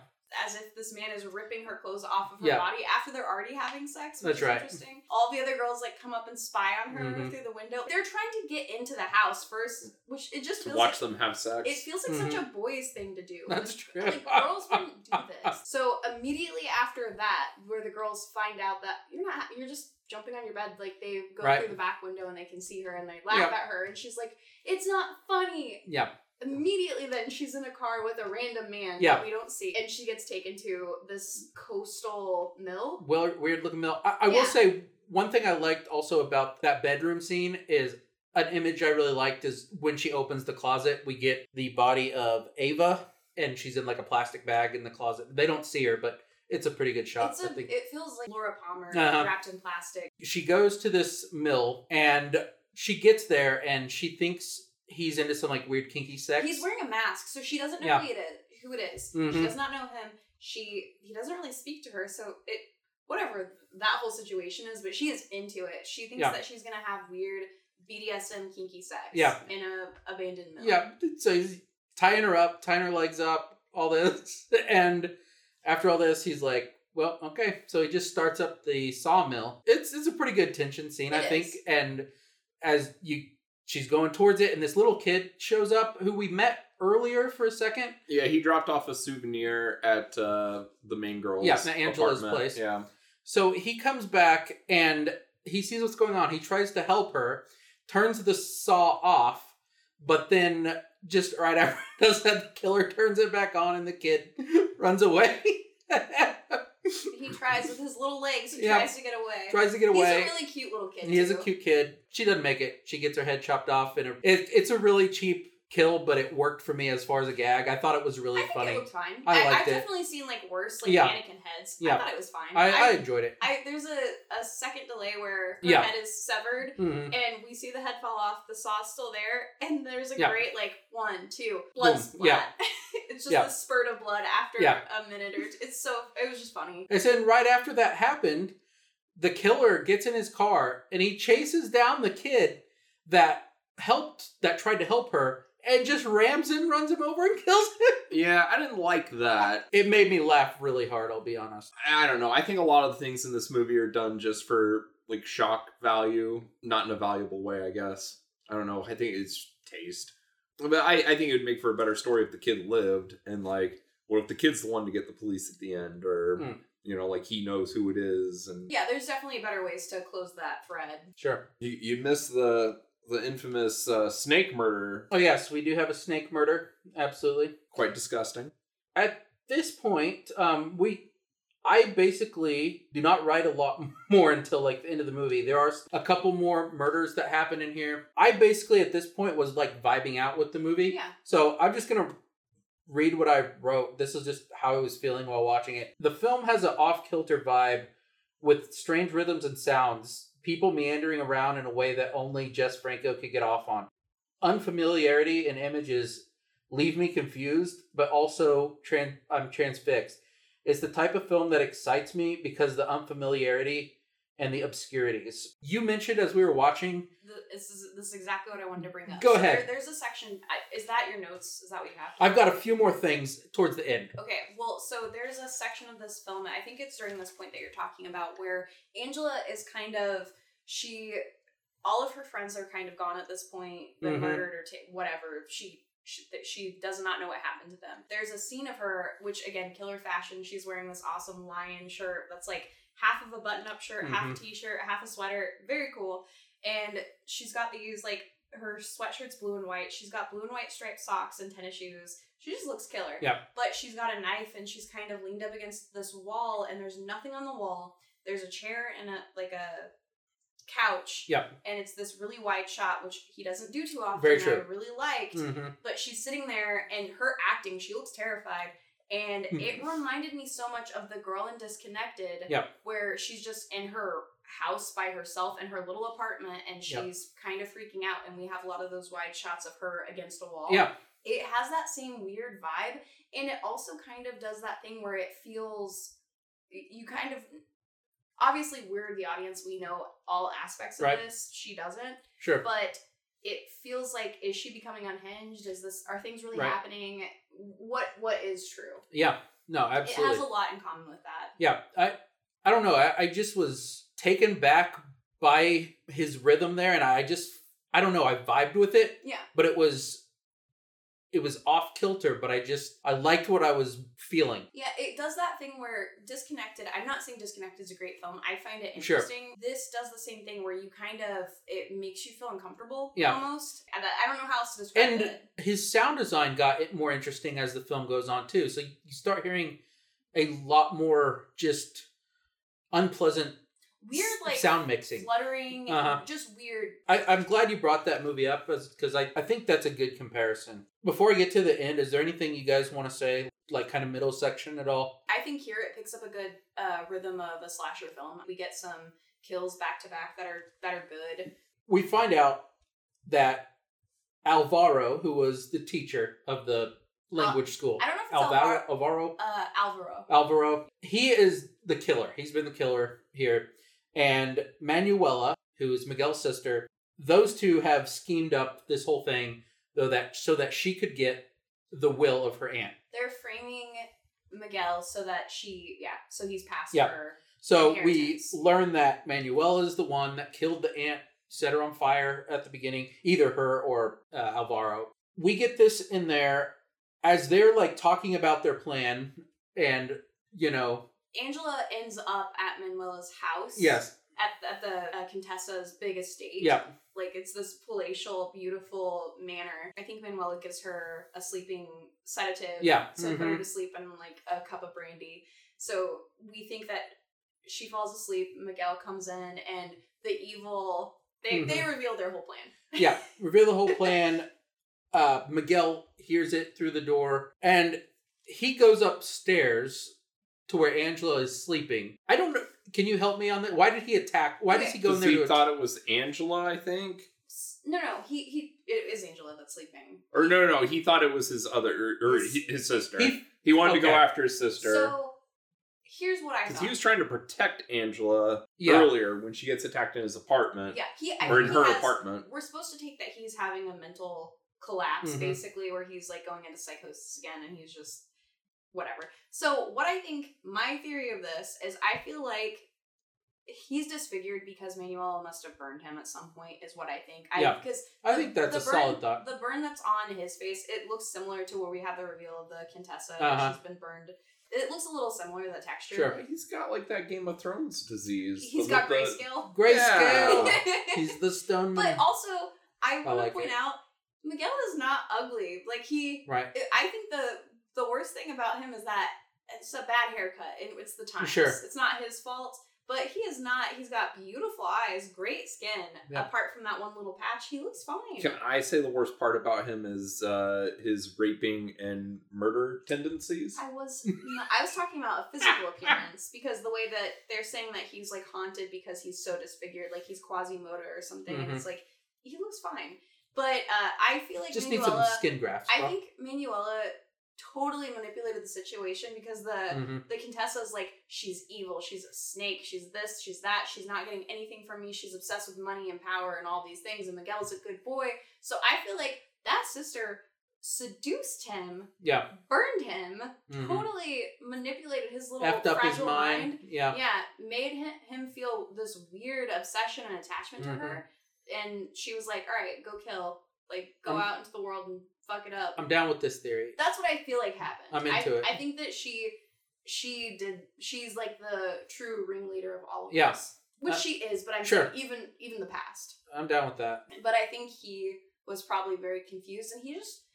S7: as if this man is ripping her clothes off of her
S5: Yeah.
S7: body after they're already having sex. Which
S5: That's
S7: is
S5: right.
S7: Interesting. All the other girls like come up and spy on her
S5: Mhm.
S7: through the window. They're trying to get into the house first, which it just
S6: To
S7: feels
S6: watch
S7: like
S6: them have sex.
S7: it feels like such a
S5: Mm-hmm.
S7: boys thing to do.
S5: That's
S7: Like,
S5: true.
S7: Like girls wouldn't do this. So immediately after that, where the girls find out that you're not, you're just jumping on your bed. Like they go
S5: Right.
S7: through the back window and they can see her and they laugh
S5: Yeah.
S7: at her and she's like, "It's not funny."
S5: Yeah.
S7: Immediately, then she's in a car with a random man
S5: Yeah.
S7: that we don't see, and she gets taken to this coastal mill.
S5: Well, weird looking mill. I, I
S7: Yeah.
S5: will say one thing I liked also about that bedroom scene is an image I really liked is when she opens the closet, we get the body of Ava, and she's in like a plastic bag in the closet. They don't see her, but it's a pretty good shot.
S7: It's
S5: I
S7: a,
S5: think.
S7: it feels like Laura Palmer
S5: Uh-huh.
S7: wrapped in plastic.
S5: she goes to this mill, and she gets there, and she thinks he's into some like weird kinky sex.
S7: He's wearing a mask, so she doesn't know
S5: Yeah.
S7: who it is. Who it is. She
S5: Mhm.
S7: does not know him. She he doesn't really speak to her, so it whatever that whole situation is, but she is into it. She thinks
S5: Yeah.
S7: that she's gonna have weird BDSM kinky sex
S5: Yeah.
S7: in a abandoned mill.
S5: Yeah, so he's tying her up, tying her legs up, all this. And after all this, he's like, well, okay. So he just starts up the sawmill. It's it's a pretty good tension scene, I
S7: It
S5: think.
S7: is.
S5: And as you she's going towards it, and this little kid shows up who we met earlier for a second.
S6: Yeah, he dropped off a souvenir at uh, the main girl's
S5: Yeah, at Angela's
S6: apartment.
S5: place.
S6: Yeah,
S5: So he comes back and he sees what's going on. He tries to help her, turns the saw off, but then just right after he does that, the killer turns it back on and the kid runs away.
S7: He tries with his little legs, he
S5: Yeah.
S7: tries to get away.
S5: tries to get away.
S7: He's a really cute little kid.
S5: he is a
S7: too.
S5: cute kid. She doesn't make it. She gets her head chopped off, and it- it, it's a really cheap kill, but it worked for me as far as a gag. I thought it was
S7: I
S5: really
S7: think it
S5: funny.
S7: looked fine.
S5: I
S7: I,
S5: liked
S7: have
S5: it.
S7: definitely seen like worse like
S5: Yeah.
S7: mannequin heads. I
S5: Yeah.
S7: thought it was fine.
S5: I, I
S7: I,
S5: enjoyed it.
S7: I- there's a, a second delay where her
S5: Yeah.
S7: head is severed
S5: Mhm.
S7: and we see the head fall off. The saw's still there, and there's a
S5: Yeah.
S7: great like one, two, blood
S5: Boom.
S7: splat.
S5: Yeah.
S7: it's just
S5: Yeah.
S7: a spurt of blood after
S5: Yeah.
S7: a minute or two. It's so it was just funny.
S5: And then right after that happened, the killer gets in his car and he chases down the kid that helped, that tried to help her, and just rams him, runs him over, and kills him.
S6: yeah, I didn't like that.
S5: It made me laugh really hard. I'll be honest.
S6: I don't know. I think a lot of the things in this movie are done just for like shock value, not in a valuable way. I guess I don't know. I think it's taste, but I, I think it would make for a better story if the kid lived and like, what if the kid's the one to get the police at the end, or
S5: Hmm.
S6: you know, like he knows who it is, and
S7: Yeah, there's definitely better ways to close that thread.
S5: Sure.
S6: you you miss the the infamous uh, snake murder.
S5: Oh yes, we do have a snake murder. Absolutely.
S6: Quite disgusting.
S5: at this point, um, we I basically do not write a lot more until like the end of the movie. There are a couple more murders that happen in here. I basically at this point was like vibing out with the movie.
S7: Yeah.
S5: So I'm just gonna read what I wrote. This is just how I was feeling while watching it. The film has an off kilter vibe with strange rhythms and sounds, people meandering around in a way that only Jess Franco could get off on. Unfamiliarity in images leave me confused, but also tran- I'm transfixed. It's the type of film that excites me because the unfamiliarity and the obscurities. You mentioned as we were watching,
S7: Th- This is this is exactly what I wanted to bring up.
S5: Go
S7: So there-
S5: ahead.
S7: there's a section. I- Is that your notes? Is that what you have?
S5: I've got a few more things towards the end.
S7: Okay, well, so there's a section of this film, and I think it's during this point that you're talking about, where Angela is kind of she, all of her friends are kind of gone at this point, been
S5: Mhm.
S7: murdered or ta- whatever. She, she that she does not know what happened to them. There's a scene of her, which again, killer fashion. She's wearing this awesome lion shirt that's like half of a button-up shirt, half t-shirt, half a sweater, very cool. And she's got these like her sweatshirt's blue and white. She's got blue and white striped socks and tennis shoes. She just looks killer but she's got a knife and she's kind of leaned up against this wall and there's nothing on the wall there's a chair and a like a couch
S5: Yep.
S7: and it's this really wide shot which he doesn't do too often
S5: Very
S7: and
S5: true.
S7: i really liked
S5: Mhm.
S7: but she's sitting there and her acting she looks terrified and
S5: Hmm.
S7: it reminded me so much of the girl in disconnected
S5: Yep.
S7: where she's just in her house by herself in her little apartment and she's
S5: Yep.
S7: kind of freaking out and we have a lot of those wide shots of her against a wall
S5: Yeah.
S7: it has that same weird vibe and it also kind of does that thing where it feels y- you kind of obviously we're the audience we know all aspects of
S5: Right.
S7: this she doesn't
S5: Sure.
S7: but it feels like is she becoming unhinged is this are things really
S5: Right.
S7: happening what what is true
S5: Yeah. No, absolutely.
S7: it has a lot in common with that
S5: yeah. I I don't know. I, I just was taken back by his rhythm there and I just I don't know, I vibed with it.
S7: yeah
S5: but it was it was off kilter but i just i liked what i was feeling
S7: yeah it does that thing where disconnected i'm not saying disconnected is a great film i find it
S5: Sure.
S7: interesting this does the same thing where you kind of it makes you feel uncomfortable
S5: Yeah.
S7: almost And i I don't know how else to describe
S5: and
S7: it
S5: his sound design got it more interesting as the film goes on too so you start hearing a lot more just unpleasant
S7: weird like
S5: sound mixing
S7: fluttering
S5: Uh-huh.
S7: and just weird
S5: I, i'm glad you brought that movie up because I, I think that's a good comparison before i get to the end is there anything you guys want to say like kind of middle section at all
S7: I think here it picks up a good uh, rhythm of a slasher film. We get some kills back to back that are that are good.
S5: we find out that alvaro who was the teacher of the language school
S7: Uh, I don't know if it's
S5: Alvaro,
S7: Alvaro.
S5: Alvaro,
S7: Uh, Alvaro.
S5: Alvaro. He is the killer. He's been the killer here. And Manuela, who is Miguel's sister, those two have schemed up this whole thing, though that so that she could get the will of her aunt.
S7: They're framing Miguel so that she, yeah, so he's past
S5: Yeah.
S7: her.
S5: So we
S7: Inheritance.
S5: learn that Manuela is the one that killed the aunt, set her on fire at the beginning, either her or uh, Alvaro. We get this in there as they're like talking about their plan, and you know,
S7: Angela ends up at Manuela's house.
S5: yes,
S7: At, at the uh, Contessa's big estate.
S5: yeah,
S7: Like it's this palatial, beautiful manor. I think Manuela gives her a sleeping sedative.
S5: yeah,
S7: So put her
S5: mhm.
S7: to sleep and like a cup of brandy. So we think that she falls asleep. Miguel comes in, and the evil they
S5: Mm-hmm.
S7: they reveal their whole plan.
S5: yeah reveal the whole plan uh miguel hears it through the door and he goes upstairs to where angela is sleeping i don't know can you help me on that why did he attack why does he go in
S6: Because
S5: there
S6: he
S5: to
S6: thought it was Angela, I think.
S7: S- No, no, he he it is Angela that's sleeping.
S6: Or no, no, no. He thought it was his other, or, or
S7: His-
S6: he- his sister.
S5: He-
S6: He, wanted to go
S5: okay.
S6: after his sister
S7: So here's what I
S6: because
S7: thought.
S6: he was trying to protect Angela
S5: Yeah.
S6: earlier when she gets attacked in his apartment
S7: yeah, he I
S6: or in
S7: think he
S6: her
S7: has-
S6: apartment.
S7: We're supposed to take that he's having a mental collapse,
S5: Mhm.
S7: basically, where he's like going into psychosis again and he's just whatever. So, what I think my theory of this is I feel like he's disfigured because Manuel must have burned him at some point, is what I think. I,
S5: Yeah.
S7: because
S5: i think that's a
S7: the burn,
S5: solid thought
S7: The burn that's on his face, it looks similar to where we have the reveal of the Contessa. where
S5: Uh-huh.
S7: She's been burned. It looks a little similar, the texture.
S5: Sure.
S6: He's got like that Game of Thrones disease.
S7: He's
S6: the-
S7: got
S6: the-
S7: grayscale.
S5: grayscale
S7: Yeah.
S5: he's the stone
S7: But also, I
S5: Mm.
S7: want
S5: like
S7: to point
S5: it.
S7: out Miguel is not ugly. Like he,
S5: right
S7: I think the the worst thing about him is that it's a bad haircut, and it's the time.
S5: Sure.
S7: it's not his fault. But he is not. He's got beautiful eyes, great skin.
S5: Yeah.
S7: Apart from that one little patch, he looks fine.
S6: Can I say the worst part about him is uh, his raping and murder tendencies?
S7: I was I was talking about a physical appearance because the way that they're saying that he's like haunted because he's so disfigured, like he's Quasimodo or something,
S5: Mm-hmm.
S7: and it's like he looks fine. But uh, I feel like
S5: just need
S7: Manuela,
S5: some skin grafts
S7: I
S5: bro.
S7: think Manuela totally manipulated the situation because the
S5: Mhm.
S7: the Contessa's like, she's evil, she's a snake, she's this, she's that, she's not getting anything from me, she's obsessed with money and power and all these things, and Miguel's a good boy. So I feel like that sister seduced him,
S5: Yeah.
S7: burned him,
S5: Mhm.
S7: totally manipulated his little
S5: Effed up
S7: fragile
S5: his mind. Yeah.
S7: yeah, made him, him feel this weird obsession and attachment to her.
S5: Mm-hmm.
S7: And she was like, all right, go kill. Like, go
S5: I'm-
S7: out into the world and fuck it up.
S5: I'm down with this theory.
S7: That's what I feel like happened.
S5: I'm
S7: I-
S5: into it.
S7: I think that she she did she's like the true ringleader of all of
S5: Yeah.
S7: this. Which
S5: Uh,
S7: she is, but I'm
S5: sure.
S7: sure. even even the past.
S5: I'm down with that.
S7: But I think he was probably very confused and he just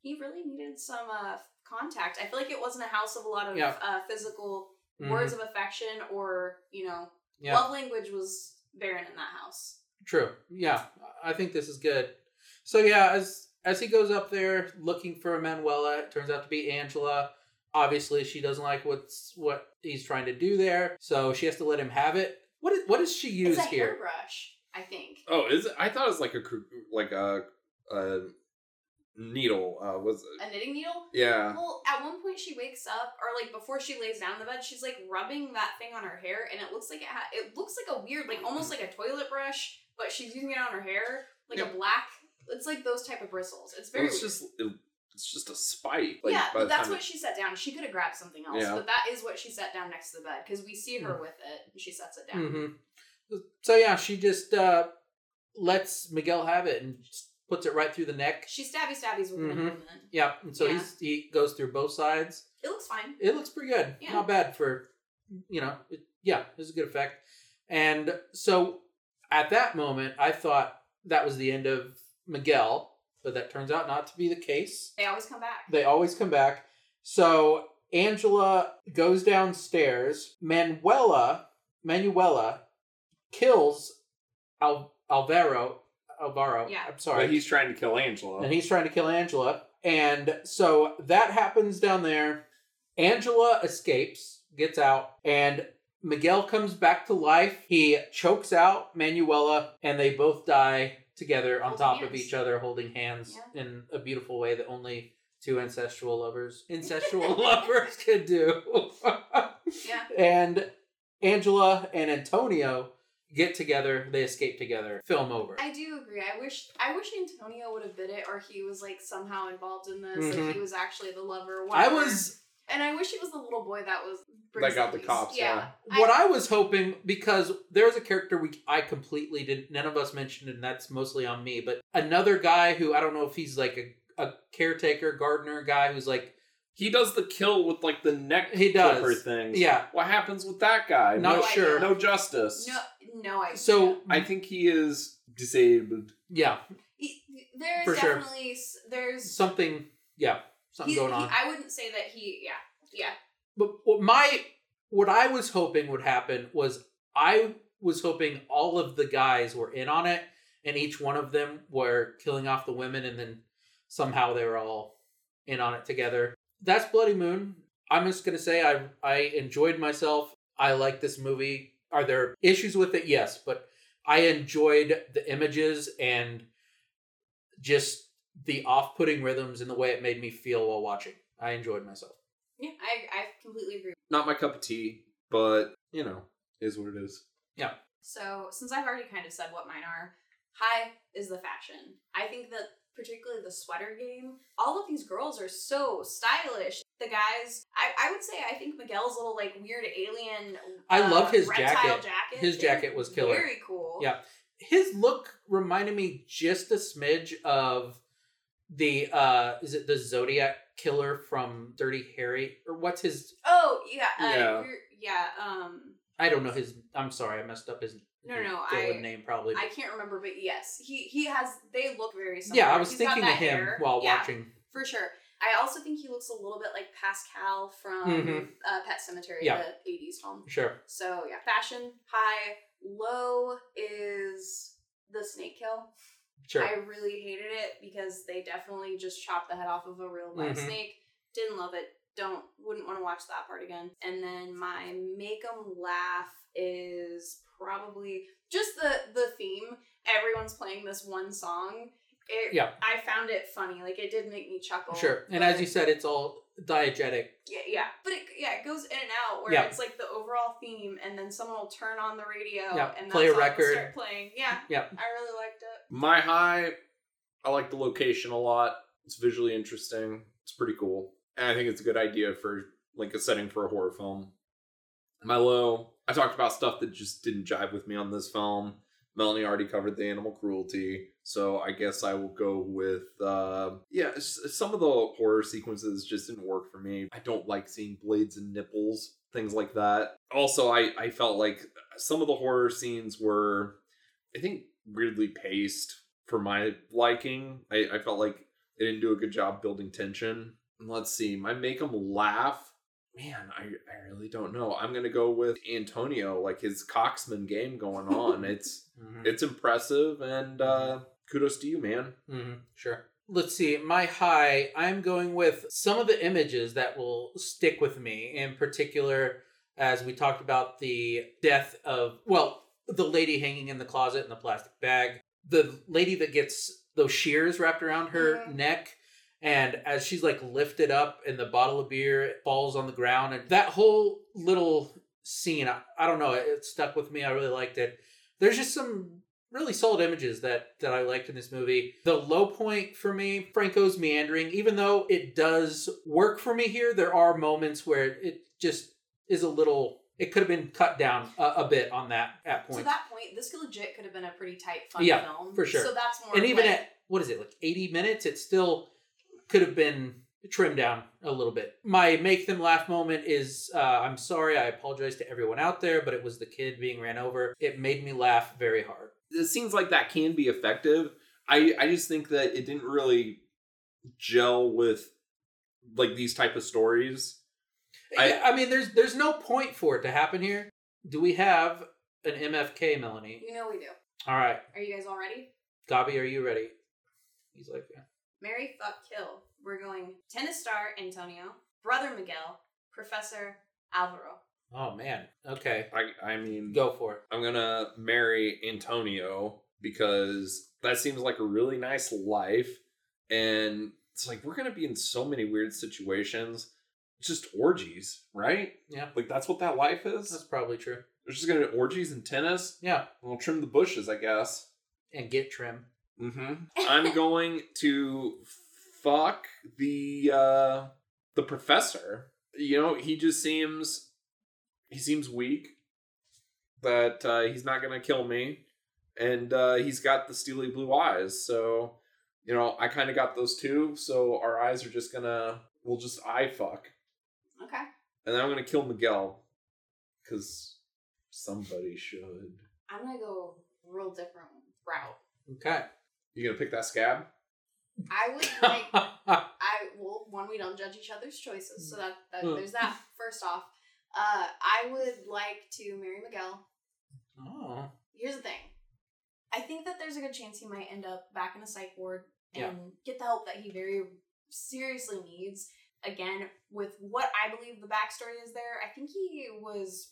S7: he really needed some uh contact. I feel like it wasn't a house of a lot of
S5: Yeah.
S7: uh, physical
S5: Mhm.
S7: words of affection or, you know,
S5: Yeah.
S7: love language was barren in that house.
S5: True. Yeah, I think this is good. So yeah, as as he goes up there looking for Manuela, it turns out to be Angela. Obviously, she doesn't like what's what he's trying to do there, so she has to let him have it. What is, what does she use
S7: it's a
S5: here?
S7: hairbrush, I think.
S6: Oh, is it? I thought it was like a cr- like a, a needle. Uh, was it?
S7: A knitting needle?
S6: yeah.
S7: Well, at one point she wakes up, or like before she lays down in the bed, she's like rubbing that thing on her hair, and it looks like it. Ha- it looks like a weird, like almost like a toilet brush, but she's using it on her hair, like
S6: Yeah.
S7: a black. It's like those type of bristles. It's very.
S6: It's
S7: weird.
S6: just it- it's just a spike.
S7: yeah,
S6: by the
S7: but that's
S6: time
S7: what
S6: it-
S7: she set down. She could have grabbed something else,
S6: Yeah. Mm-hmm.
S7: but that is what she set down next to the bed because we see her
S5: Mm.
S7: with it, and she sets it down.
S5: hmm So yeah, she just uh, lets Miguel have it and just puts it right through the neck.
S7: She stabby stabbies within a
S6: Mm-hmm.
S5: Mhm.
S7: moment.
S5: Yeah, and so
S7: Yeah.
S5: he's, he goes through both sides.
S7: It looks fine.
S5: it looks pretty good.
S7: Yeah.
S5: Not bad for, you know, it, yeah, it's a good effect. And so at that moment, I thought that was the end of Miguel, but that turns out not to be the case.
S7: They always come back.
S5: They always come back. So Angela goes downstairs. Manuela, Manuela kills Al- Alvaro. Alvaro.
S7: Yeah.
S5: I'm sorry
S6: But he's trying to kill Angela.
S5: and he's trying to kill Angela. And so that happens down there. Angela escapes, gets out, and Miguel comes back to life. He chokes out Manuela, and they both die together on
S7: Holding
S5: top of
S7: hands.
S5: each other, holding hands
S7: Yeah.
S5: in a beautiful way that only two ancestral lovers, incestual lovers, could do.
S7: Yeah.
S5: And Angela and Antonio get together. They escape together. Film over.
S7: I do agree. I wish I wish Antonio would have bid it, or he was like somehow involved in this.
S5: Mhm.
S7: Like he was actually the lover.
S5: I
S7: whatever.
S5: was
S7: and I wish he was the little boy that was
S6: That got the
S7: police.
S6: cops, yeah.
S5: what I, was hoping because there's a character we I completely didn't none of us mentioned and that's mostly on me but another guy who I don't know if he's like a, a caretaker gardener guy who's like
S6: he does the kill with like the neck
S5: He does.
S6: clipper thing.
S5: yeah
S6: What happens with that guy?
S5: not
S7: No
S5: sure
S7: idea.
S6: no, no justice.
S7: no, no idea.
S5: so
S6: I think he is disabled.
S5: yeah
S7: He- there's
S5: For sure.
S7: definitely s there's
S5: something yeah something
S7: he-
S5: going
S7: he-
S5: on
S7: I wouldn't say that he. Yeah, yeah.
S5: but what my what I was hoping would happen was I was hoping all of the guys were in on it and each one of them were killing off the women and then somehow they were all in on it together. That's Bloody Moon. I'm just gonna say I I enjoyed myself. I like this movie. Are there issues with it? Yes, but I enjoyed the images and just the off-putting rhythms and the way it made me feel while watching. I enjoyed myself.
S7: Yeah, I, I completely agree.
S6: Not my cup of tea, but you know, is what it is.
S7: So, since I've already kind of said what mine are, high is the fashion. I think that particularly the sweater game, all of these girls are so stylish. The guys, I, I would say, I think Miguel's little like weird alien. uh,
S5: I love his
S7: reptile
S5: jacket. His
S7: is
S5: jacket was killer.
S7: Very cool.
S5: Yeah. his look reminded me just a smidge of the uh is it the zodiac killer from dirty harry or what's his
S7: Oh yeah. Uh,
S6: Yeah.
S7: yeah. Yeah. Um,
S5: i don't know his i'm sorry i messed up his
S7: No, no,
S5: villain
S7: I-
S5: name probably
S7: I can't remember, but yes, he he has. They look very similar.
S5: yeah i was
S7: He's got
S5: thinking of
S7: that
S5: him
S7: hair.
S5: while
S7: Yeah.
S5: watching
S7: For sure. I also think he looks a little bit like Pascal from
S5: Mhm.
S7: uh, Pet Cemetery,
S5: Yeah.
S7: the 80s film.
S5: sure
S7: So, yeah, fashion, high. Low is the snake kill.
S5: sure
S7: I really hated it because they definitely just chopped the head off of a real live
S5: Mhm.
S7: snake. Didn't love it. Don't wouldn't want to watch that part again. And then my make 'em laugh is probably just the the theme. Everyone's playing this one song It,
S5: Yeah.
S7: I found it funny. Like it did make me chuckle.
S5: Sure. And
S7: but-
S5: as you said, it's all diegetic.
S7: Yeah, yeah. But it yeah, it goes in and out where
S5: Yeah.
S7: it's like the overall theme and then someone will turn on the radio
S5: Yeah,
S7: and
S5: play a
S7: that's all it'll
S5: record.
S7: start playing. Yeah.
S5: Yeah.
S7: I really liked it.
S6: My high, I like the location a lot. It's visually interesting. It's pretty cool. And I think it's a good idea for like a setting for a horror film. My low, I talked about stuff that just didn't jive with me on this film. Melanie already covered the animal cruelty, so I guess I will go with uh, yeah. s- Some of the horror sequences just didn't work for me. I don't like seeing blades and nipples, things like that. Also, I I felt like some of the horror scenes were I think weirdly paced for my liking. I, I felt like they didn't do a good job building tension. And Let's see, my make them laugh. Man, I, I really don't know. I'm gonna go with Antonio, like his Coxman game going on. it's
S5: Mm-hmm.
S6: it's impressive and uh kudos to you, man.
S5: hmm Sure. Let's see. My high, I'm going with some of the images that will stick with me, in particular, as we talked about the death of, well, the lady hanging in the closet in the plastic bag, the lady that gets those shears wrapped around her
S7: Mhm.
S5: neck. And as she's like lifted up and the bottle of beer falls on the ground, and that whole little scene, I, I don't know, it, it stuck with me. I really liked it. There's just some really solid images that that I liked in this movie. The low point for me, Franco's meandering, even though it does work for me here, there are moments where it just is a little. It could have been cut down a, a bit on that at
S7: To
S5: points,
S7: that point, this could legit could have been a pretty tight fun
S5: Yeah,
S7: film.
S5: for sure.
S7: So that's more
S5: and
S7: of,
S5: even
S7: like-
S5: at what is it like eighty minutes, it still could have been trimmed down a little bit. My make them laugh moment is uh, I'm sorry, I apologize to everyone out there, but it was the kid being ran over. It made me laugh very hard.
S6: It seems like that can be effective. I I just think that it didn't really gel with like these type of stories. I-
S5: I, I mean, there's there's no point for it to happen here. Do we have an MFK, Melanie?
S7: you know we do.
S5: All right,
S7: Are you guys all ready?
S5: Gabi, are you ready? He's like, yeah.
S7: Mary fuck kill. We're going tennis star Antonio, brother Miguel, Professor Alvaro.
S5: oh man, okay,
S6: I I mean
S5: go for it.
S6: I'm gonna marry Antonio because that seems like a really nice life. And it's like we're gonna be in so many weird situations. It's just orgies, right?
S5: Yeah.
S6: Like that's what that life
S5: That's
S6: is.
S5: probably true.
S6: There's just gonna be orgies and tennis.
S5: Yeah,
S6: We'll trim the bushes, I guess.
S5: and get trim.
S6: Mm-hmm. I'm going to fuck the uh the professor. You know, he just seems he seems weak. That uh, he's not gonna kill me, and uh, he's got the steely blue eyes. So, you know, I kind of got those two. So our eyes are just gonna we'll just eye fuck,
S7: Okay.
S6: and then I'm gonna kill Miguel because somebody should.
S7: I'm gonna go a real different route.
S5: Okay.
S6: You gonna pick that scab?
S7: I would like I well, one we don't judge each other's choices, so that, that
S5: Mm.
S7: there's that. First off, uh, I would like to marry Miguel.
S5: oh,
S7: Here's the thing: I think that there's a good chance he might end up back in a psych ward and
S5: Yeah.
S7: get the help that he very seriously needs. Again, with what I believe the backstory is there, I think he was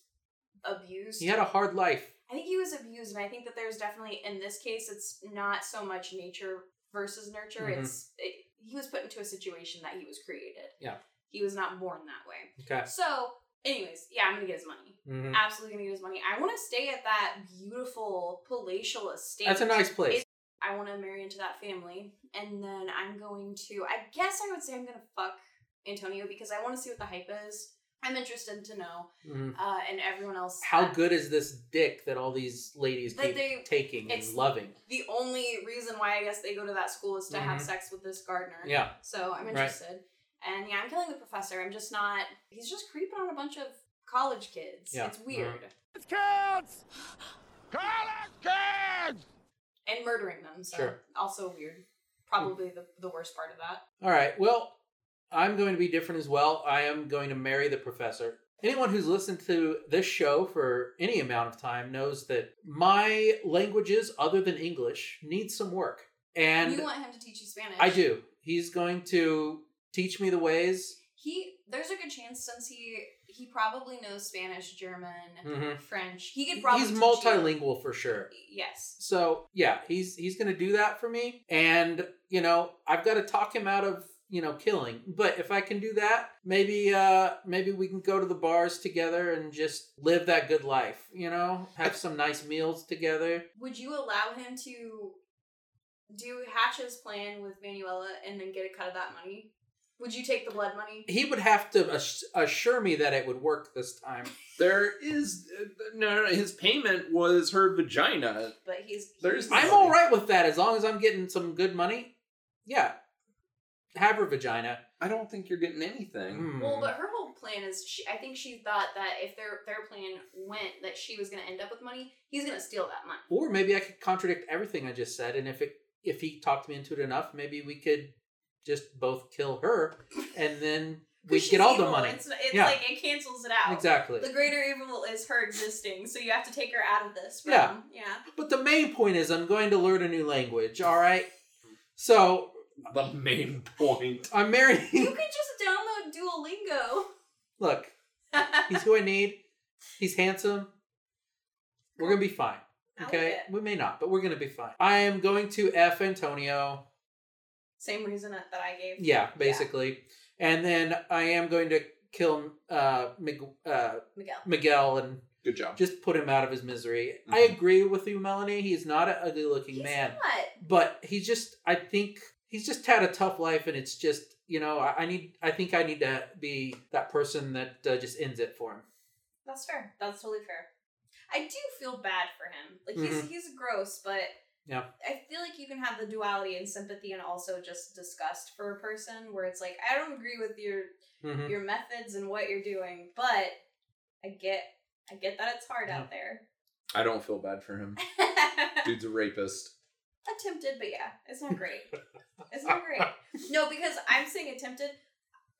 S7: abused.
S5: he had a hard life.
S7: I think he was abused, and I think that there's definitely in this case, it's not so much nature versus nurture.
S5: Mhm.
S7: It's it, he was put into a situation that he was created.
S5: Yeah.
S7: he was not born that way.
S5: Okay.
S7: So, anyways, yeah, I'm gonna get his money.
S5: Mhm.
S7: Absolutely gonna get his money. I want to stay at that beautiful palatial estate.
S5: That's a nice place.
S7: I want to marry into that family, and then I'm going to. I guess I would say I'm gonna fuck Antonio because I want to see what the hype is. I'm interested to know,
S5: Mhm.
S7: uh, and everyone else.
S5: How good is this dick that all these ladies
S7: Like
S5: keep
S7: they-
S5: taking and
S7: it's-
S5: loving?
S7: the only reason why I guess they go to that school is to have
S5: Mhm.
S7: sex with this gardener.
S5: Yeah.
S7: So I'm
S5: Right.
S7: interested. And yeah, I'm killing the professor. I'm just not. He's just creeping on a bunch of college kids.
S5: Yeah. Uh-huh.
S7: It's weird.
S8: Kids! College kids!
S7: And murdering them. So
S5: Sure.
S7: also weird. Probably the, the worst part of that.
S5: All right. Well, I'm going to be different as well. I am going to marry the professor. Anyone who's listened to this show for any amount of time knows that my languages, other than English, need some work. And
S7: you want him to teach you Spanish.
S5: I do. He's going to teach me the ways.
S7: He there's a good chance since he he probably knows Spanish, German,
S5: Mhm.
S7: French. He could probably
S5: He's
S7: teach
S5: multilingual for sure.
S7: you- Yes.
S5: So yeah, he's he's gonna do that for me, and you know I've got to talk him out of you know killing. But if I can do that, maybe uh maybe we can go to the bars together and just live that good life. You know, have some nice meals together.
S7: Would you allow him to do Hatch's plan with Manuela and then get a cut of that money? Would you take the blood money?
S5: He would have to ass- assure me that it would work this time.
S6: There is uh, no, no. His payment was her vagina.
S7: But he's
S6: There's
S7: he's-
S5: I'm all right with that as long as I'm getting some good money. Yeah, have her vagina.
S6: I don't think you're getting anything.
S5: Hmm.
S7: Well, but her whole plan is she, I think she thought that if their their plan went that she was going to end up with money, he's going to steal that money.
S5: or maybe I could contradict everything I just said, and if it if he talked me into it enough, maybe we could just both kill her, and then we
S7: Because
S5: get all
S7: she's
S5: the
S7: evil.
S5: money.
S7: It's, it's
S5: Yeah.
S7: like it cancels it out.
S5: Exactly.
S7: The greater evil is her existing, so you have to take her out of this. From,
S5: Yeah.
S7: Yeah.
S5: But the main point is, I'm going to learn a new language. All right. So
S6: The main point.
S5: I'm
S7: You
S5: marrying.
S7: could just download Duolingo.
S5: Look, he's who I need. He's handsome. We're gonna be fine.
S7: I like
S5: Okay,
S7: it.
S5: we may not, but we're gonna be fine. I am going to f Antonio.
S7: Same reason that, that I gave.
S5: Yeah, basically, and then I am going to kill uh, Mig- uh,
S7: Miguel.
S5: Miguel and
S6: Good job.
S5: just put him out of his misery. I agree with you, Melanie. He's not an ugly looking
S7: Mm-hmm. He's
S5: man,
S7: not.
S5: but he's just, I think, he's just had a tough life, and it's just, you know, I, I need, I think I need to be that person that uh, just ends it for him.
S7: That's fair. That's totally fair. I do feel bad for him. Like he's he's gross, but
S5: Mm-hmm. Yeah.
S7: I feel like you can have the duality and sympathy and also just disgust for a person where it's like I don't agree with your
S5: Mhm.
S7: your methods and what you're doing, but I get I get that it's hard out there.
S6: I don't feel bad for him. Dude's a rapist.
S7: attempted, but yeah, it's not great. it's not great. No, because I'm saying attempted.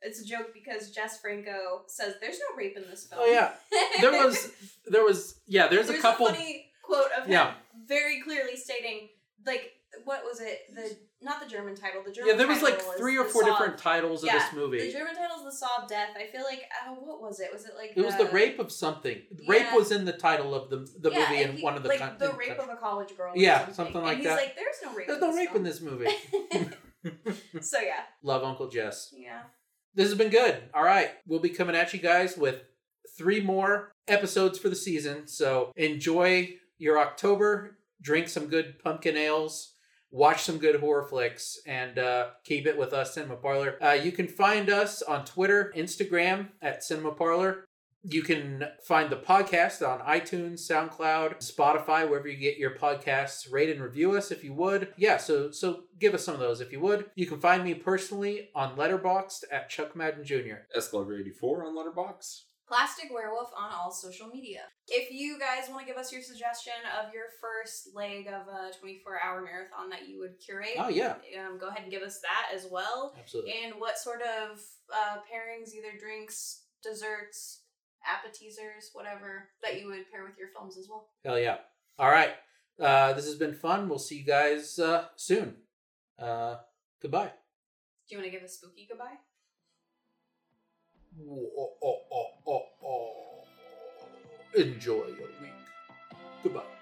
S7: It's a joke because Jess Franco says there's no rape in this film.
S5: Oh yeah, there was, there was, yeah, there's, a couple.
S7: funny quote of him
S5: Yeah.
S7: very clearly stating like what was it the not the German title the German
S5: yeah, there was like
S7: title
S5: three
S7: is
S5: or
S7: The
S5: four
S7: Sob-
S5: different titles
S7: Yeah,
S5: of this movie.
S7: the German title's the Sob Death I feel like uh, what was it was it like
S5: it was the rape of something. Rape
S7: Yeah.
S5: was in the title of the the
S7: Yeah,
S5: movie
S7: and
S5: in
S7: he-
S5: one of the
S7: like
S5: con-
S7: the
S5: in-
S7: rape of a college girl or
S5: Yeah,
S7: something,
S5: something
S7: And
S5: like
S7: he's
S5: that.
S7: like there's no rape
S5: There's
S7: in
S5: no
S7: this
S5: rape in
S7: film.
S5: this movie.
S7: so yeah
S5: Love Uncle Jess.
S7: yeah
S5: this has been good. All right. We'll be coming at you guys with three more episodes for the season. So enjoy your October, drink some good pumpkin ales, watch some good horror flicks, and uh, keep it with us, Cinema Parlor. Uh, you can find us on Twitter, Instagram at Cinema Parlor. You can find the podcast on iTunes, SoundCloud, Spotify, wherever you get your podcasts. Rate and review us if you would. Yeah, so so give us some of those if you would. You can find me personally on Letterboxd at Chuck Madden Jr.
S6: Escalator 84 on Letterbox.
S7: Plastic Werewolf on all social media. If you guys want to give us your suggestion of your first leg of a 24 hour marathon that you would curate,
S5: Oh yeah,
S7: um, go ahead and give us that as well.
S5: absolutely.
S7: And what sort of uh, pairings, either drinks, desserts, appetizers, whatever, that you would pair with your films as well.
S5: Hell yeah. All right. Uh, this has been fun. We'll see you guys uh, soon. Uh, goodbye.
S7: Do you want to give a spooky goodbye?
S5: Enjoy your week. Goodbye.